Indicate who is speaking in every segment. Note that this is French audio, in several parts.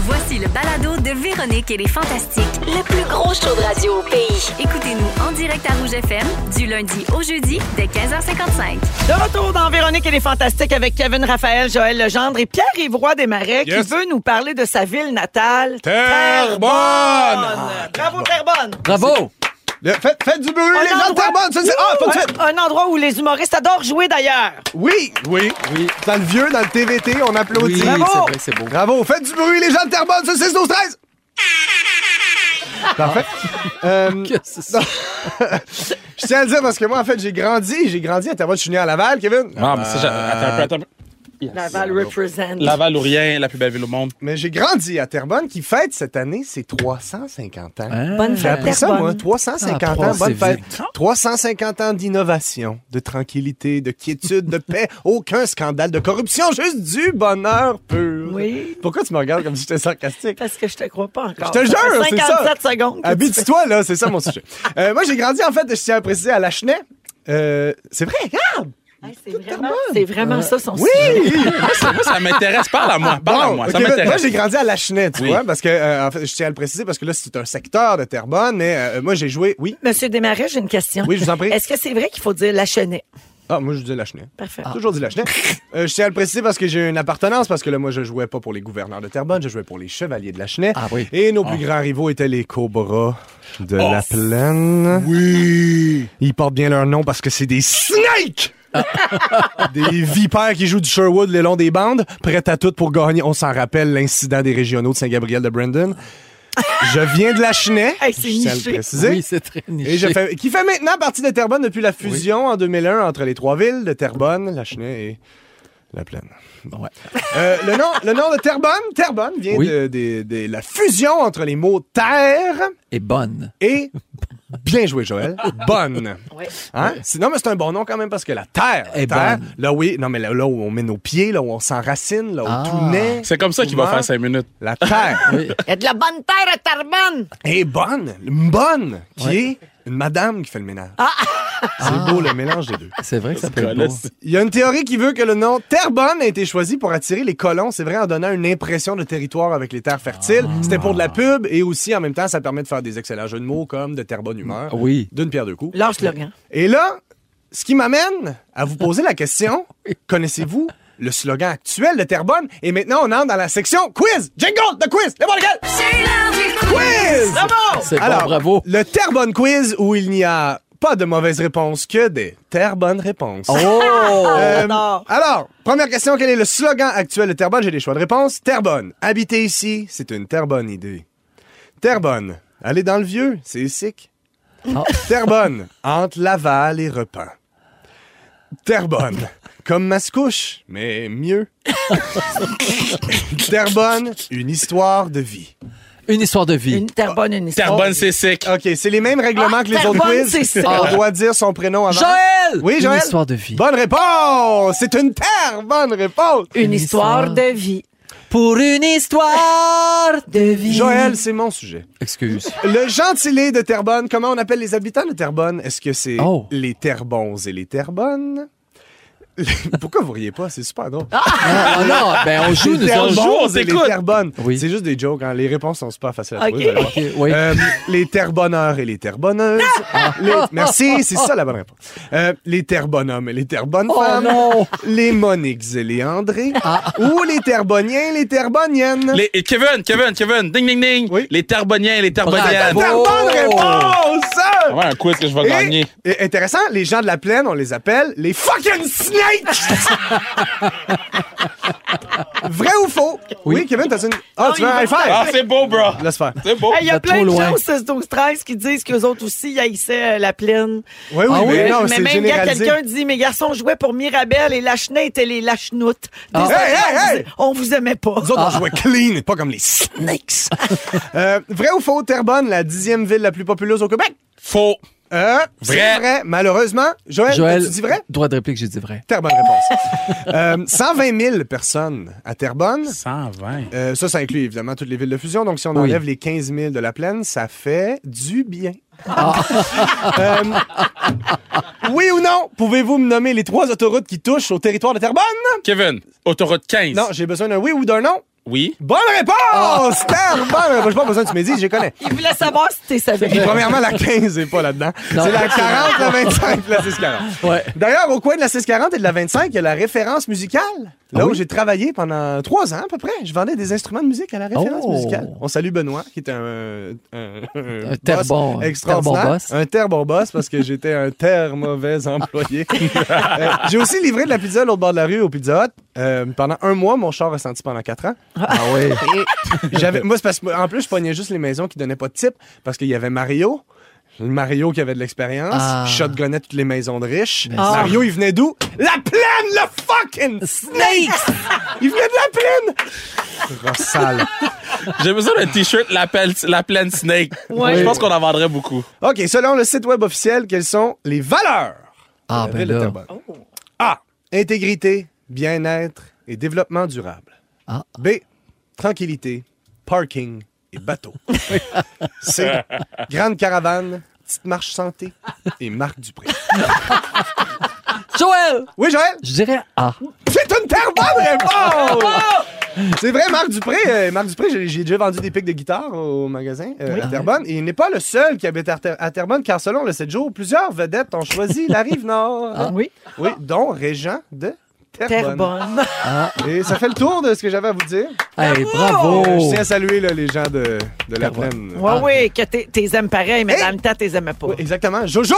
Speaker 1: Voici le balado de Véronique et les Fantastiques.
Speaker 2: Le plus gros show de radio au pays.
Speaker 1: Écoutez-nous en direct à Rouge FM du lundi au jeudi dès 15h55.
Speaker 3: De retour dans Véronique et les Fantastiques avec Kevin Raphaël, Joël Legendre et Pierre-Yves Roy Desmarais
Speaker 4: Yes.
Speaker 3: qui veut nous parler de sa ville natale,
Speaker 4: Terrebonne. Ah,
Speaker 3: Bravo, Terrebonne!
Speaker 5: Bravo!
Speaker 4: Le- faites, faites du bruit, les gens de Terrebonne! ça, c'est- Ah, faut que tu fasses-
Speaker 3: un, un endroit où les humoristes adorent jouer d'ailleurs.
Speaker 4: Oui, oui, oui. Dans le vieux, dans le TVT, on applaudit.
Speaker 5: Oui, c'est
Speaker 4: Bravo!
Speaker 5: vrai, c'est beau.
Speaker 4: Bravo, faites du bruit, les gens de Terrebonne, c'est 6, 12, 13! Parfait. Euh,
Speaker 5: Que c'est ça?
Speaker 4: je tiens à le dire parce que moi, en fait, j'ai grandi. J'ai grandi à Terrebonne. Je suis né à Laval, Kevin.
Speaker 6: Ah, mais c'est... Attends un peu, attends un peu. Yes.
Speaker 3: Laval represent.
Speaker 6: Laval ou rien, la plus belle ville au monde.
Speaker 4: Mais j'ai grandi à Terrebonne qui fête cette année ses 350
Speaker 5: Hein?
Speaker 4: ans.
Speaker 3: Bonne
Speaker 4: J'ai
Speaker 3: fête,
Speaker 4: appris ça, moi.
Speaker 3: Terrebonne.
Speaker 4: 350
Speaker 5: Ah, trois,
Speaker 4: ans, bonne
Speaker 5: c'est
Speaker 4: fête.
Speaker 5: vite.
Speaker 4: 350 ans d'innovation, de tranquillité, de quiétude, de paix. Aucun scandale de corruption, juste du bonheur pur.
Speaker 3: Oui.
Speaker 4: Pourquoi tu me regardes comme si j'étais sarcastique?
Speaker 3: Parce que je te crois pas encore.
Speaker 4: Je te
Speaker 3: Ça fait
Speaker 4: jure, c'est ça.
Speaker 3: 57 secondes. que tu
Speaker 4: Habite-toi, là, c'est ça mon sujet. Euh, moi, j'ai grandi, en fait, je tiens à préciser, à Lachenay. Euh, c'est vrai, regarde!
Speaker 3: fais- Hey, C'est vraiment, c'est vraiment ça son
Speaker 4: Euh, Oui!
Speaker 3: sujet.
Speaker 6: Moi, ça- moi, ça m'intéresse. Parle à moi. Parle à moi.
Speaker 4: Bon,
Speaker 6: Ça
Speaker 4: ok, moi,
Speaker 6: m'intéresse.
Speaker 4: j'ai grandi à Lachenay, tu
Speaker 6: Oui.
Speaker 4: vois, parce que, euh, en fait, je tiens à le préciser, parce que là, c'est un secteur de Terrebonne, mais euh, moi, j'ai joué, oui.
Speaker 3: Monsieur Desmarais, j'ai une question.
Speaker 4: Oui, je vous en prie.
Speaker 3: Est-ce que c'est vrai qu'il faut dire la chenaie?
Speaker 4: Ah, moi, je dis Lachenay.
Speaker 3: Parfait.
Speaker 4: J'ai Ah. Toujours dit Lachenay. Euh, je tiens à le préciser parce que j'ai une appartenance, parce que là, moi, je jouais pas pour les gouverneurs de Terrebonne, je jouais pour les chevaliers de Lachenay.
Speaker 5: Ah Oh. oui.
Speaker 4: Et nos plus grands rivaux étaient les Cobras de la plaine. Oui! Ils portent bien leur nom parce que c'est des snakes!
Speaker 5: Ah.
Speaker 4: des vipères qui jouent du Sherwood le long des bandes, prêtes à tout pour gagner. On s'en rappelle l'incident des régionaux de Saint-Gabriel de Brandon. Je viens de Lachenay.
Speaker 3: Hey, c'est
Speaker 4: je tiens à le
Speaker 3: niché.
Speaker 4: préciser.
Speaker 5: Oui, c'est très
Speaker 4: Et je
Speaker 5: niché.
Speaker 4: fais- qui fait maintenant partie de Terrebonne depuis la fusion en 2001 entre les trois villes de Terrebonne, Lachenay et La Plaine. Bon.
Speaker 5: Ouais.
Speaker 4: Euh, le, nom, le nom de Terrebonne, Terrebonne vient
Speaker 5: Oui.
Speaker 4: de, de- de la fusion entre les mots terre
Speaker 5: Et bonne.
Speaker 4: et, bien joué Joël, bonne.
Speaker 3: Ouais.
Speaker 4: Hein? Sinon, mais c'est un bon nom quand même parce que la terre,
Speaker 5: Est
Speaker 4: terre,
Speaker 5: bonne.
Speaker 4: là, oui, non, mais là, là où on met nos pieds, là où on s'enracine, là où
Speaker 5: Ah.
Speaker 4: tout naît.
Speaker 6: C'est comme ça qu'il va
Speaker 4: tout meurt,
Speaker 6: faire cinq minutes.
Speaker 4: La terre.
Speaker 5: Oui.
Speaker 3: Il y a de la bonne terre à Terrebonne.
Speaker 4: Et Eh, bonne, une bonne, qui
Speaker 5: Ouais. Ah!
Speaker 4: est une madame qui fait le ménage. C'est beau le mélange des deux.
Speaker 5: C'est vrai que ça peut être
Speaker 6: Là,
Speaker 5: beau.
Speaker 6: c'est-
Speaker 4: Il y a une théorie qui veut que le nom Terrebonne a été choisi pour attirer les colons, c'est vrai, en donnant une impression de territoire avec les terres
Speaker 5: Ah.
Speaker 4: fertiles. C'était pour de la pub et aussi, en même temps, ça permet de faire des excellents jeux de mots comme de Terrebonne humeur,
Speaker 5: Oui.
Speaker 4: d'une pierre deux coups.
Speaker 3: Lâche le gant.
Speaker 4: Et là, ce qui m'amène à vous poser la question, connaissez-vous le slogan actuel de Terrebonne? Et maintenant, on entre dans la section quiz! Jingle de quiz! Les bons, les gars!
Speaker 1: C'est l'heure du
Speaker 4: Quiz!
Speaker 5: C'est bon,
Speaker 4: Alors,
Speaker 5: bravo.
Speaker 4: le Terrebonne quiz où il n'y a pas de mauvaises réponses que des Terrebonnes réponses.
Speaker 5: Oh!
Speaker 4: Euh,
Speaker 3: J'adore.
Speaker 4: alors, première question, quel est le slogan actuel de Terrebonne? J'ai des choix de réponse. Terrebonne, habiter ici, c'est une Terrebonne idée. Terrebonne, aller dans le vieux, c'est sick.
Speaker 5: Ah.
Speaker 4: Terrebonne, entre Laval et Repent. Terrebonne, comme Mascouche, mais mieux. Terrebonne, une histoire de vie.
Speaker 5: Une histoire de vie.
Speaker 3: Une Terrebonne, une histoire.
Speaker 6: Terrebonne, c'est sec.
Speaker 4: OK, c'est les mêmes règlements
Speaker 3: Ah,
Speaker 4: que les autres
Speaker 3: Terrebonne, c'est
Speaker 4: quiz.
Speaker 3: sick.
Speaker 4: On doit dire son prénom avant.
Speaker 5: Joël!
Speaker 4: Oui, Joël?
Speaker 5: Une histoire de vie.
Speaker 4: Bonne réponse! C'est une terre! Bonne réponse!
Speaker 3: Une histoire de vie.
Speaker 5: Pour une histoire de vie.
Speaker 4: Joël, c'est mon sujet.
Speaker 5: Excuse.
Speaker 4: Le gentilé de Terrebonne, comment on appelle les habitants de Terrebonne? Est-ce que c'est
Speaker 5: Oh.
Speaker 4: les Terrebons et les Terrebonnes? Les- Pourquoi vous riez pas? C'est super drôle.
Speaker 5: Ah, non, ben on joue, nous
Speaker 4: les
Speaker 5: autres.
Speaker 6: Bonjour,
Speaker 4: Terrebons
Speaker 6: on
Speaker 4: et les
Speaker 6: t'écoute.
Speaker 4: Terrebonnes.
Speaker 5: Oui.
Speaker 4: C'est juste des jokes. hein. Les réponses sont super faciles à
Speaker 3: Ok.
Speaker 4: trouver. vous allez voir.
Speaker 5: Ok, oui. Ah.
Speaker 4: Euh, les Terrebonneurs et les Terrebonneuses. Les- Merci, c'est ça la bonne réponse. Euh, les Terrebonhommes et les Terrebonnes
Speaker 5: Oh
Speaker 4: femmes.
Speaker 5: non!
Speaker 4: Les Monix et les André. Ou les Terrebonniens et les Terrebonniennes.
Speaker 6: Ah. Les, et Kevin, Kevin, Kevin, ding, ding, ding.
Speaker 4: Oui.
Speaker 6: Les Terrebonniens et les
Speaker 4: La
Speaker 6: Terrebonniennes.
Speaker 5: Bravo.
Speaker 4: Bonne réponse!
Speaker 6: Ouais, un quiz que je vais
Speaker 4: Et-
Speaker 6: gagner.
Speaker 4: et intéressant, les gens de la plaine, on les appelle les fucking snakes! Vrai ou faux? Oui, Kevin, t'as une. Ah, tu veux un high five?
Speaker 6: Ah, c'est beau, bro.
Speaker 4: Laisse faire.
Speaker 6: C'est beau.
Speaker 3: Hey, Il y a
Speaker 5: Vous êtes
Speaker 3: plein
Speaker 5: trop
Speaker 3: de
Speaker 5: loin.
Speaker 3: gens au 16 12 13 qui disent qu'eux autres aussi ils haïssaient euh, la plaine.
Speaker 4: Oui, oui,
Speaker 5: Ah
Speaker 4: mais
Speaker 5: oui?
Speaker 4: non,
Speaker 3: mais
Speaker 4: c'est
Speaker 3: même il y a
Speaker 4: généralisé.
Speaker 3: quelqu'un qui dit mes garçons jouaient pour Mirabel et Lachenay étaient les Lachenoutes.
Speaker 5: Ah.
Speaker 3: Désolé,
Speaker 4: Hey, hey, hey!
Speaker 3: on vous aimait pas.
Speaker 4: Nous autres, on jouait clean, pas comme les snakes. Euh, vrai ou faux, Terrebonne, la dixième ville la plus populeuse au Québec?
Speaker 6: Faux.
Speaker 4: Euh,
Speaker 6: Vrai.
Speaker 4: c'est vrai, malheureusement. Joël,
Speaker 5: Joël,
Speaker 4: tu dis vrai?
Speaker 5: droit de réplique, j'ai dit vrai.
Speaker 4: Terrebonne réponse. Euh, 120 000 personnes à Terrebonne.
Speaker 6: 120.
Speaker 4: Euh, ça, ça inclut évidemment toutes les villes de fusion. Donc, si on
Speaker 5: Oui.
Speaker 4: enlève les 15 000 de la plaine, ça fait du bien.
Speaker 3: Ah.
Speaker 4: Euh, oui ou non? Pouvez-vous me nommer les trois autoroutes qui touchent au territoire de Terrebonne?
Speaker 6: Kevin, autoroute 15.
Speaker 4: Non, j'ai besoin d'un oui ou d'un non.
Speaker 6: Oui.
Speaker 4: Bonne réponse!
Speaker 5: Ah.
Speaker 4: Stan! Bonne réponse. J'ai pas besoin que tu me dises, je les connais.
Speaker 3: Il voulait savoir si t'es savais.
Speaker 4: Puis premièrement, la 15 n'est pas là-dedans.
Speaker 5: Non.
Speaker 4: C'est la 40, la 25 puis la 640.
Speaker 5: Ouais.
Speaker 4: D'ailleurs, au coin de la 640 et de la 25, il y a la référence musicale. Là
Speaker 5: Ah
Speaker 4: où
Speaker 5: oui?
Speaker 4: j'ai travaillé pendant trois ans à peu près. Je vendais des instruments de musique à la référence
Speaker 5: Oh.
Speaker 4: musicale. On salue Benoît, qui est un... Un,
Speaker 5: Un terre-bon-
Speaker 4: Euh, extraordinaire.
Speaker 5: terre-bon boss.
Speaker 4: Un terre-bon boss, parce que j'étais un terre-mauvais employé. Euh, j'ai aussi livré de la pizza à l'autre bord de la rue, au Pizza Hut. Euh, pendant un mois, mon char a senti pendant quatre ans.
Speaker 5: Ah oui.
Speaker 4: J'avais, moi, c'est parce que, en plus, je pognais juste les maisons qui donnaient pas de type parce qu'il y avait Mario. Mario qui avait de l'expérience,
Speaker 5: Ah. Ben
Speaker 4: shotgunnait toutes les maisons de riches.
Speaker 5: ça.
Speaker 4: Mario, il venait d'où? La plaine, le fucking snakes! il venait de la plaine!
Speaker 5: Oh,
Speaker 4: Rossal.
Speaker 6: J'ai besoin d'un t-shirt la, pelle- la pleine snake.
Speaker 3: Ouais.
Speaker 6: Je pense qu'on en vendrait beaucoup.
Speaker 4: OK, selon le site web officiel, quelles sont les valeurs
Speaker 5: Ah
Speaker 4: de la
Speaker 5: ben
Speaker 4: ville de
Speaker 5: là.
Speaker 4: Terrebonne? A. Intégrité, bien-être et développement durable.
Speaker 5: Ah.
Speaker 4: B. Tranquillité, parking et bateau. C. Grande caravane, petite marche santé et Marc Dupré.
Speaker 5: Joël!
Speaker 4: Oui, Joël?
Speaker 5: Je dirais A.
Speaker 4: C'est une terre bonne réponse! C'est vrai, Marc Dupré, euh, Marc Dupré, j'ai- j'ai déjà vendu des pics de guitare au magasin euh, à Terrebonne. Et il n'est pas le seul qui habite à, Ter- à Terrebonne, car selon le 7 jours, plusieurs vedettes ont choisi la rive nord.
Speaker 5: Ah.
Speaker 3: Oui.
Speaker 4: Oui, dont Régent de Terrebonne.
Speaker 3: Terrebonne.
Speaker 4: Et ça fait le tour de ce que j'avais à vous dire.
Speaker 5: Hey,
Speaker 3: Bravo!
Speaker 5: bravo!
Speaker 4: Je tiens à saluer là, les gens de, de la
Speaker 5: Terrebonne.
Speaker 4: plaine.
Speaker 3: Oui, oui, que t'es t'es aimes pareil, mais
Speaker 4: Ah. Hey!
Speaker 3: dans le temps, t'es aimais pas.
Speaker 4: Oui, exactement. Jojo,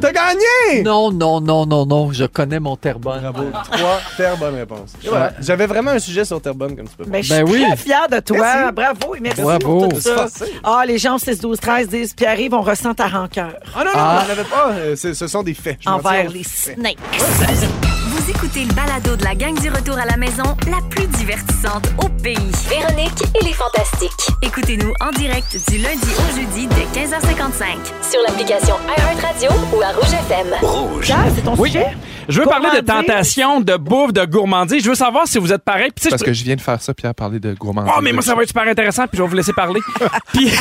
Speaker 4: t'as gagné!
Speaker 5: Non, non, non, non, non, je connais mon Terrebonne.
Speaker 4: Bravo. Trois Terrebonne réponses. Et voilà. J'avais vraiment un sujet sur Terrebonne, comme tu peux voir.
Speaker 3: Ben, je suis
Speaker 5: Ben oui.
Speaker 3: très fière de toi.
Speaker 4: Merci.
Speaker 3: Bravo et merci
Speaker 5: Bravo.
Speaker 3: pour tout ça.
Speaker 4: C'est facile.
Speaker 3: Ah, les gens au 6, 12, 13 disent Pierre-Yves, on ressent ta rancœur
Speaker 4: Ah non, non,
Speaker 5: Ah.
Speaker 4: on n'avait pas. euh, c'est- ce sont des faits. Je m'en
Speaker 3: envers
Speaker 4: tiens.
Speaker 3: les snakes.
Speaker 1: Vous écoutez le balado de la gang du retour à la maison, la plus divertissante au pays.
Speaker 2: Véronique et les Fantastiques.
Speaker 1: Écoutez-nous en direct du lundi au jeudi dès 15h55.
Speaker 2: Sur l'application iHeartRadio ou à Rouge FM.
Speaker 3: Pierre, c'est ton sujet?
Speaker 7: Je veux parler de
Speaker 3: Gourmandise.
Speaker 7: tentation, de bouffe, de gourmandise. Je veux savoir si vous êtes pareil. Puis, tu sais,
Speaker 8: Parce
Speaker 7: je-
Speaker 8: que je viens de faire ça, Pierre, parler de gourmandise.
Speaker 7: Oh, mais moi, ça va être super intéressant, puis je vais vous laisser parler. Puis.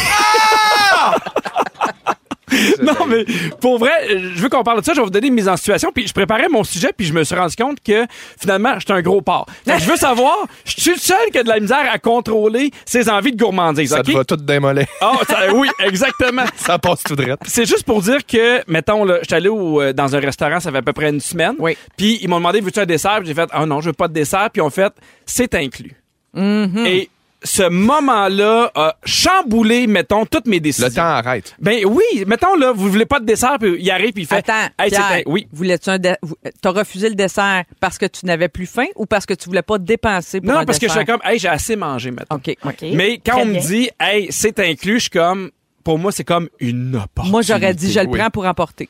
Speaker 7: Non, mais pour vrai, euh, je veux qu'on parle de ça. Je vais vous donner une mise en situation. Puis je préparais mon sujet, puis je me suis rendu compte que finalement, j'étais un gros porc. Fait que je veux savoir, je suis le seul qui a de la misère à contrôler ses envies de gourmandise.
Speaker 8: Ça te
Speaker 7: OK?
Speaker 8: va tout démoler.
Speaker 7: Ah, ça- oui, exactement.
Speaker 8: ça passe tout droit.
Speaker 7: C'est juste pour dire que, mettons, là, j'étais allé au, euh, dans un restaurant, ça fait à peu près une semaine.
Speaker 3: Oui.
Speaker 7: Puis ils m'ont demandé, veux-tu un dessert? Puis J'ai fait, ah non, je veux pas de dessert. Puis ils ont fait, c'est inclus.
Speaker 8: Mm-hmm.
Speaker 7: Et ce moment-là a chamboulé, mettons, toutes mes décisions.
Speaker 8: Le temps arrête.
Speaker 7: Ben oui, mettons, là, vous voulez pas de dessert, puis il arrive, puis il fait,
Speaker 9: Attends,
Speaker 7: hey, c'est
Speaker 9: Pierre,
Speaker 7: un- oui.
Speaker 9: voulais-tu un dé- vou- t'as refusé le dessert parce que tu n'avais plus faim ou parce que tu voulais pas dépenser pour
Speaker 7: Non,
Speaker 9: un
Speaker 7: parce que je
Speaker 9: dessert?
Speaker 7: suis comme, hey, j'ai assez mangé, mettons.
Speaker 9: OK.
Speaker 7: Mais quand
Speaker 3: Très
Speaker 7: on me
Speaker 3: bien.
Speaker 7: dit, hey, c'est inclus, je suis comme, pour moi, c'est comme une opportunité.
Speaker 9: Moi, j'aurais dit, je le
Speaker 8: oui.
Speaker 9: prends pour emporter.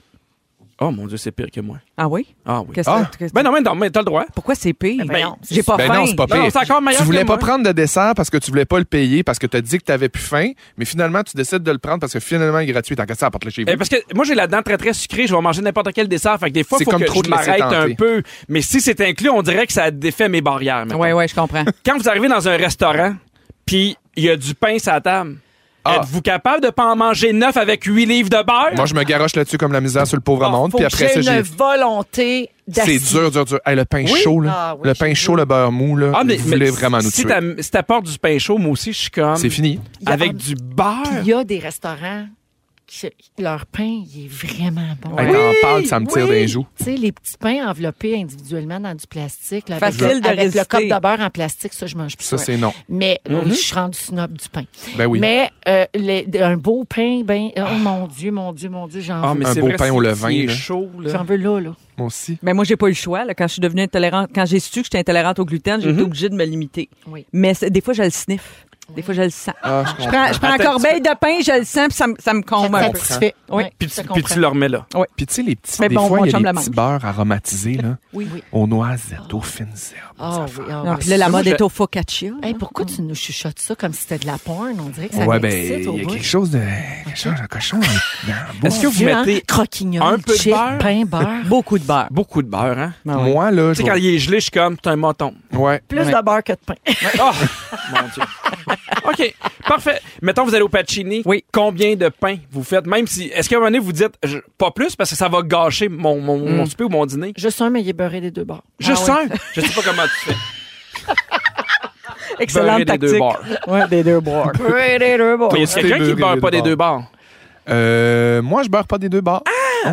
Speaker 7: Oh mon Dieu, c'est pire que moi.
Speaker 9: Ah oui?
Speaker 7: Ah oui.
Speaker 9: Qu'est-ce
Speaker 8: Ah.
Speaker 9: que- qu'est-ce que-
Speaker 7: Ben non, mais non, mais t'as le droit.
Speaker 9: Pourquoi c'est pire?
Speaker 3: Ben non,
Speaker 9: J'ai pas
Speaker 8: Ben
Speaker 9: faim.
Speaker 8: non, c'est pas
Speaker 7: Non,
Speaker 8: pire.
Speaker 7: c'est encore meilleur
Speaker 8: tu voulais
Speaker 7: que
Speaker 8: pas
Speaker 7: moi.
Speaker 8: prendre de dessert parce que tu voulais pas le payer, parce que tu as dit que tu avais plus faim, mais finalement, tu décides de le prendre parce que finalement, il est gratuit. Tant que ça, apporte-le chez vous.
Speaker 7: Eh, parce que moi, j'ai la dent très, très sucrée. Je vais manger n'importe quel dessert. Fait que des fois,
Speaker 8: C'est
Speaker 7: faut
Speaker 8: comme
Speaker 7: que
Speaker 8: trop
Speaker 7: je
Speaker 8: te laisser
Speaker 7: m'arrête
Speaker 8: tenter.
Speaker 7: un peu. Mais si c'est inclus, on dirait que ça défait mes barrières. mettons.
Speaker 9: Oui, oui, je comprends.
Speaker 7: Quand vous arrivez dans un restaurant, puis il y a du pain sur la table,
Speaker 8: Ah.
Speaker 7: êtes-vous capable de pas en manger neuf avec huit livres de beurre?
Speaker 8: Moi, je me garoche là-dessus comme la misère sur le pauvre monde,
Speaker 3: Faut
Speaker 8: puis
Speaker 3: que
Speaker 8: après
Speaker 3: j'ai
Speaker 8: ça, j'ai.
Speaker 3: une volonté
Speaker 8: C'est
Speaker 3: d'assister.
Speaker 8: dur, dur, dur. Hey, le pain
Speaker 7: Oui.
Speaker 8: chaud, là.
Speaker 3: Ah, oui,
Speaker 8: le
Speaker 3: j'ai
Speaker 8: pain chaud, le beurre mou, là.
Speaker 7: Ah, mais-
Speaker 8: vous voulez
Speaker 7: mais
Speaker 8: vraiment nous
Speaker 7: si
Speaker 8: tuer.
Speaker 7: t'am- Si t'apportes du pain chaud, moi aussi, je suis comme.
Speaker 8: C'est fini.
Speaker 7: Avec du beurre.
Speaker 3: Il y a des restaurants, qui- leur pain, il est vraiment bon.
Speaker 8: Hey, T'en parles, ça me tire d'un joue.
Speaker 10: Tu sais, les petits pains enveloppés individuellement dans du plastique. là, avec
Speaker 9: Facile
Speaker 10: le,
Speaker 9: de
Speaker 10: avec
Speaker 9: résister.
Speaker 10: le cup de beurre en plastique, ça, je mange plus.
Speaker 8: Ça, c'est non.
Speaker 10: Mais
Speaker 3: Mm-hmm.
Speaker 10: oui, je suis rendue snob du pain.
Speaker 8: Ben oui. Ah.
Speaker 10: Mais euh, les- un beau pain, ben, oh mon Dieu, mon Dieu, mon Dieu, j'en
Speaker 7: Ah,
Speaker 10: veux.
Speaker 7: mais
Speaker 8: Un
Speaker 7: c'est
Speaker 8: beau
Speaker 7: vrai,
Speaker 8: pain
Speaker 7: si-
Speaker 8: au
Speaker 7: si
Speaker 8: levain,
Speaker 7: il est
Speaker 8: là.
Speaker 7: chaud, là.
Speaker 10: J'en veux là, là.
Speaker 8: Moi aussi.
Speaker 9: Mais Ben, moi, j'ai pas eu le choix. là. Quand je suis devenue intolérante, quand j'ai su que j'étais intolérante au gluten, j'ai
Speaker 7: Mhm.
Speaker 9: été obligée de me limiter.
Speaker 10: Oui.
Speaker 9: Mais c'est- des fois, je le sniff. Des fois, je le sens.
Speaker 8: Ah, je
Speaker 9: Je
Speaker 8: comprends.
Speaker 9: prends, je prends une corbeille de pain, je le sens, puis ça, me- ça me combe un peu.
Speaker 10: Satisfait.
Speaker 9: Oui.
Speaker 10: Ouais,
Speaker 7: Puis
Speaker 10: je
Speaker 7: tu,
Speaker 10: te
Speaker 7: puis tu le remets là.
Speaker 9: Oh,
Speaker 8: Puis tu sais, les petits,
Speaker 9: Mais
Speaker 8: des
Speaker 9: bon,
Speaker 8: fois,
Speaker 9: mon
Speaker 8: il y a
Speaker 9: chum
Speaker 8: des
Speaker 9: le
Speaker 8: petits
Speaker 9: mange.
Speaker 8: beureurs aromatisés, là,
Speaker 9: Oui.
Speaker 8: aux noisettes, aux fines herbes.
Speaker 10: Ah oui, ah
Speaker 8: bah,
Speaker 9: Non,
Speaker 10: oui.
Speaker 9: puis là, la
Speaker 7: Moi,
Speaker 9: mode
Speaker 7: je-
Speaker 9: est au focaccia.
Speaker 10: Hey, pourquoi tu nous chuchotes ça comme si c'était de la porn? On dirait que ça
Speaker 8: ouais, ben,
Speaker 10: m'excite au
Speaker 8: il y a
Speaker 10: bout.
Speaker 8: quelque chose de. Quelque chose de cochon dans le- dans le
Speaker 7: Est-ce que vous
Speaker 10: Dieu, hein?
Speaker 7: mettez
Speaker 10: Croquignol,
Speaker 7: un peu de
Speaker 10: chip,
Speaker 7: beurre?
Speaker 10: pain, beurre.
Speaker 9: Ah. Beaucoup de beurre.
Speaker 7: beaucoup de beurre, hein?
Speaker 9: Ah
Speaker 8: bout.
Speaker 9: ouais.
Speaker 8: Moi, là, je.
Speaker 7: Tu sais, quand il est gelé, je suis comme, t'as un menton.
Speaker 8: Ouais.
Speaker 3: Plus
Speaker 9: Ouais.
Speaker 3: de beurre que de pain.
Speaker 7: Oh, mon Dieu. OK, parfait. Mettons, vous allez au Pacini.
Speaker 9: Oui.
Speaker 7: Combien de pain vous faites? Même si, est-ce qu'à un moment donné, vous dites, je- pas plus, parce que ça va gâcher mon, mon, mon souper ou mon dîner?
Speaker 10: Ah Juste un, mais il est beurré des deux bords.
Speaker 7: Juste
Speaker 9: Ah
Speaker 7: un. Je sais pas comment tu fais.
Speaker 9: Excellente
Speaker 7: Beurrer des
Speaker 9: tactique.
Speaker 7: deux bords.
Speaker 9: Ouais, des deux bords. Beurrer des deux bords.
Speaker 7: Mais il y a quelqu'un qui
Speaker 8: beurré
Speaker 7: ne beurre
Speaker 8: des
Speaker 7: pas des
Speaker 8: bords.
Speaker 7: deux bords.
Speaker 8: Euh, moi, je beurre pas des deux bords.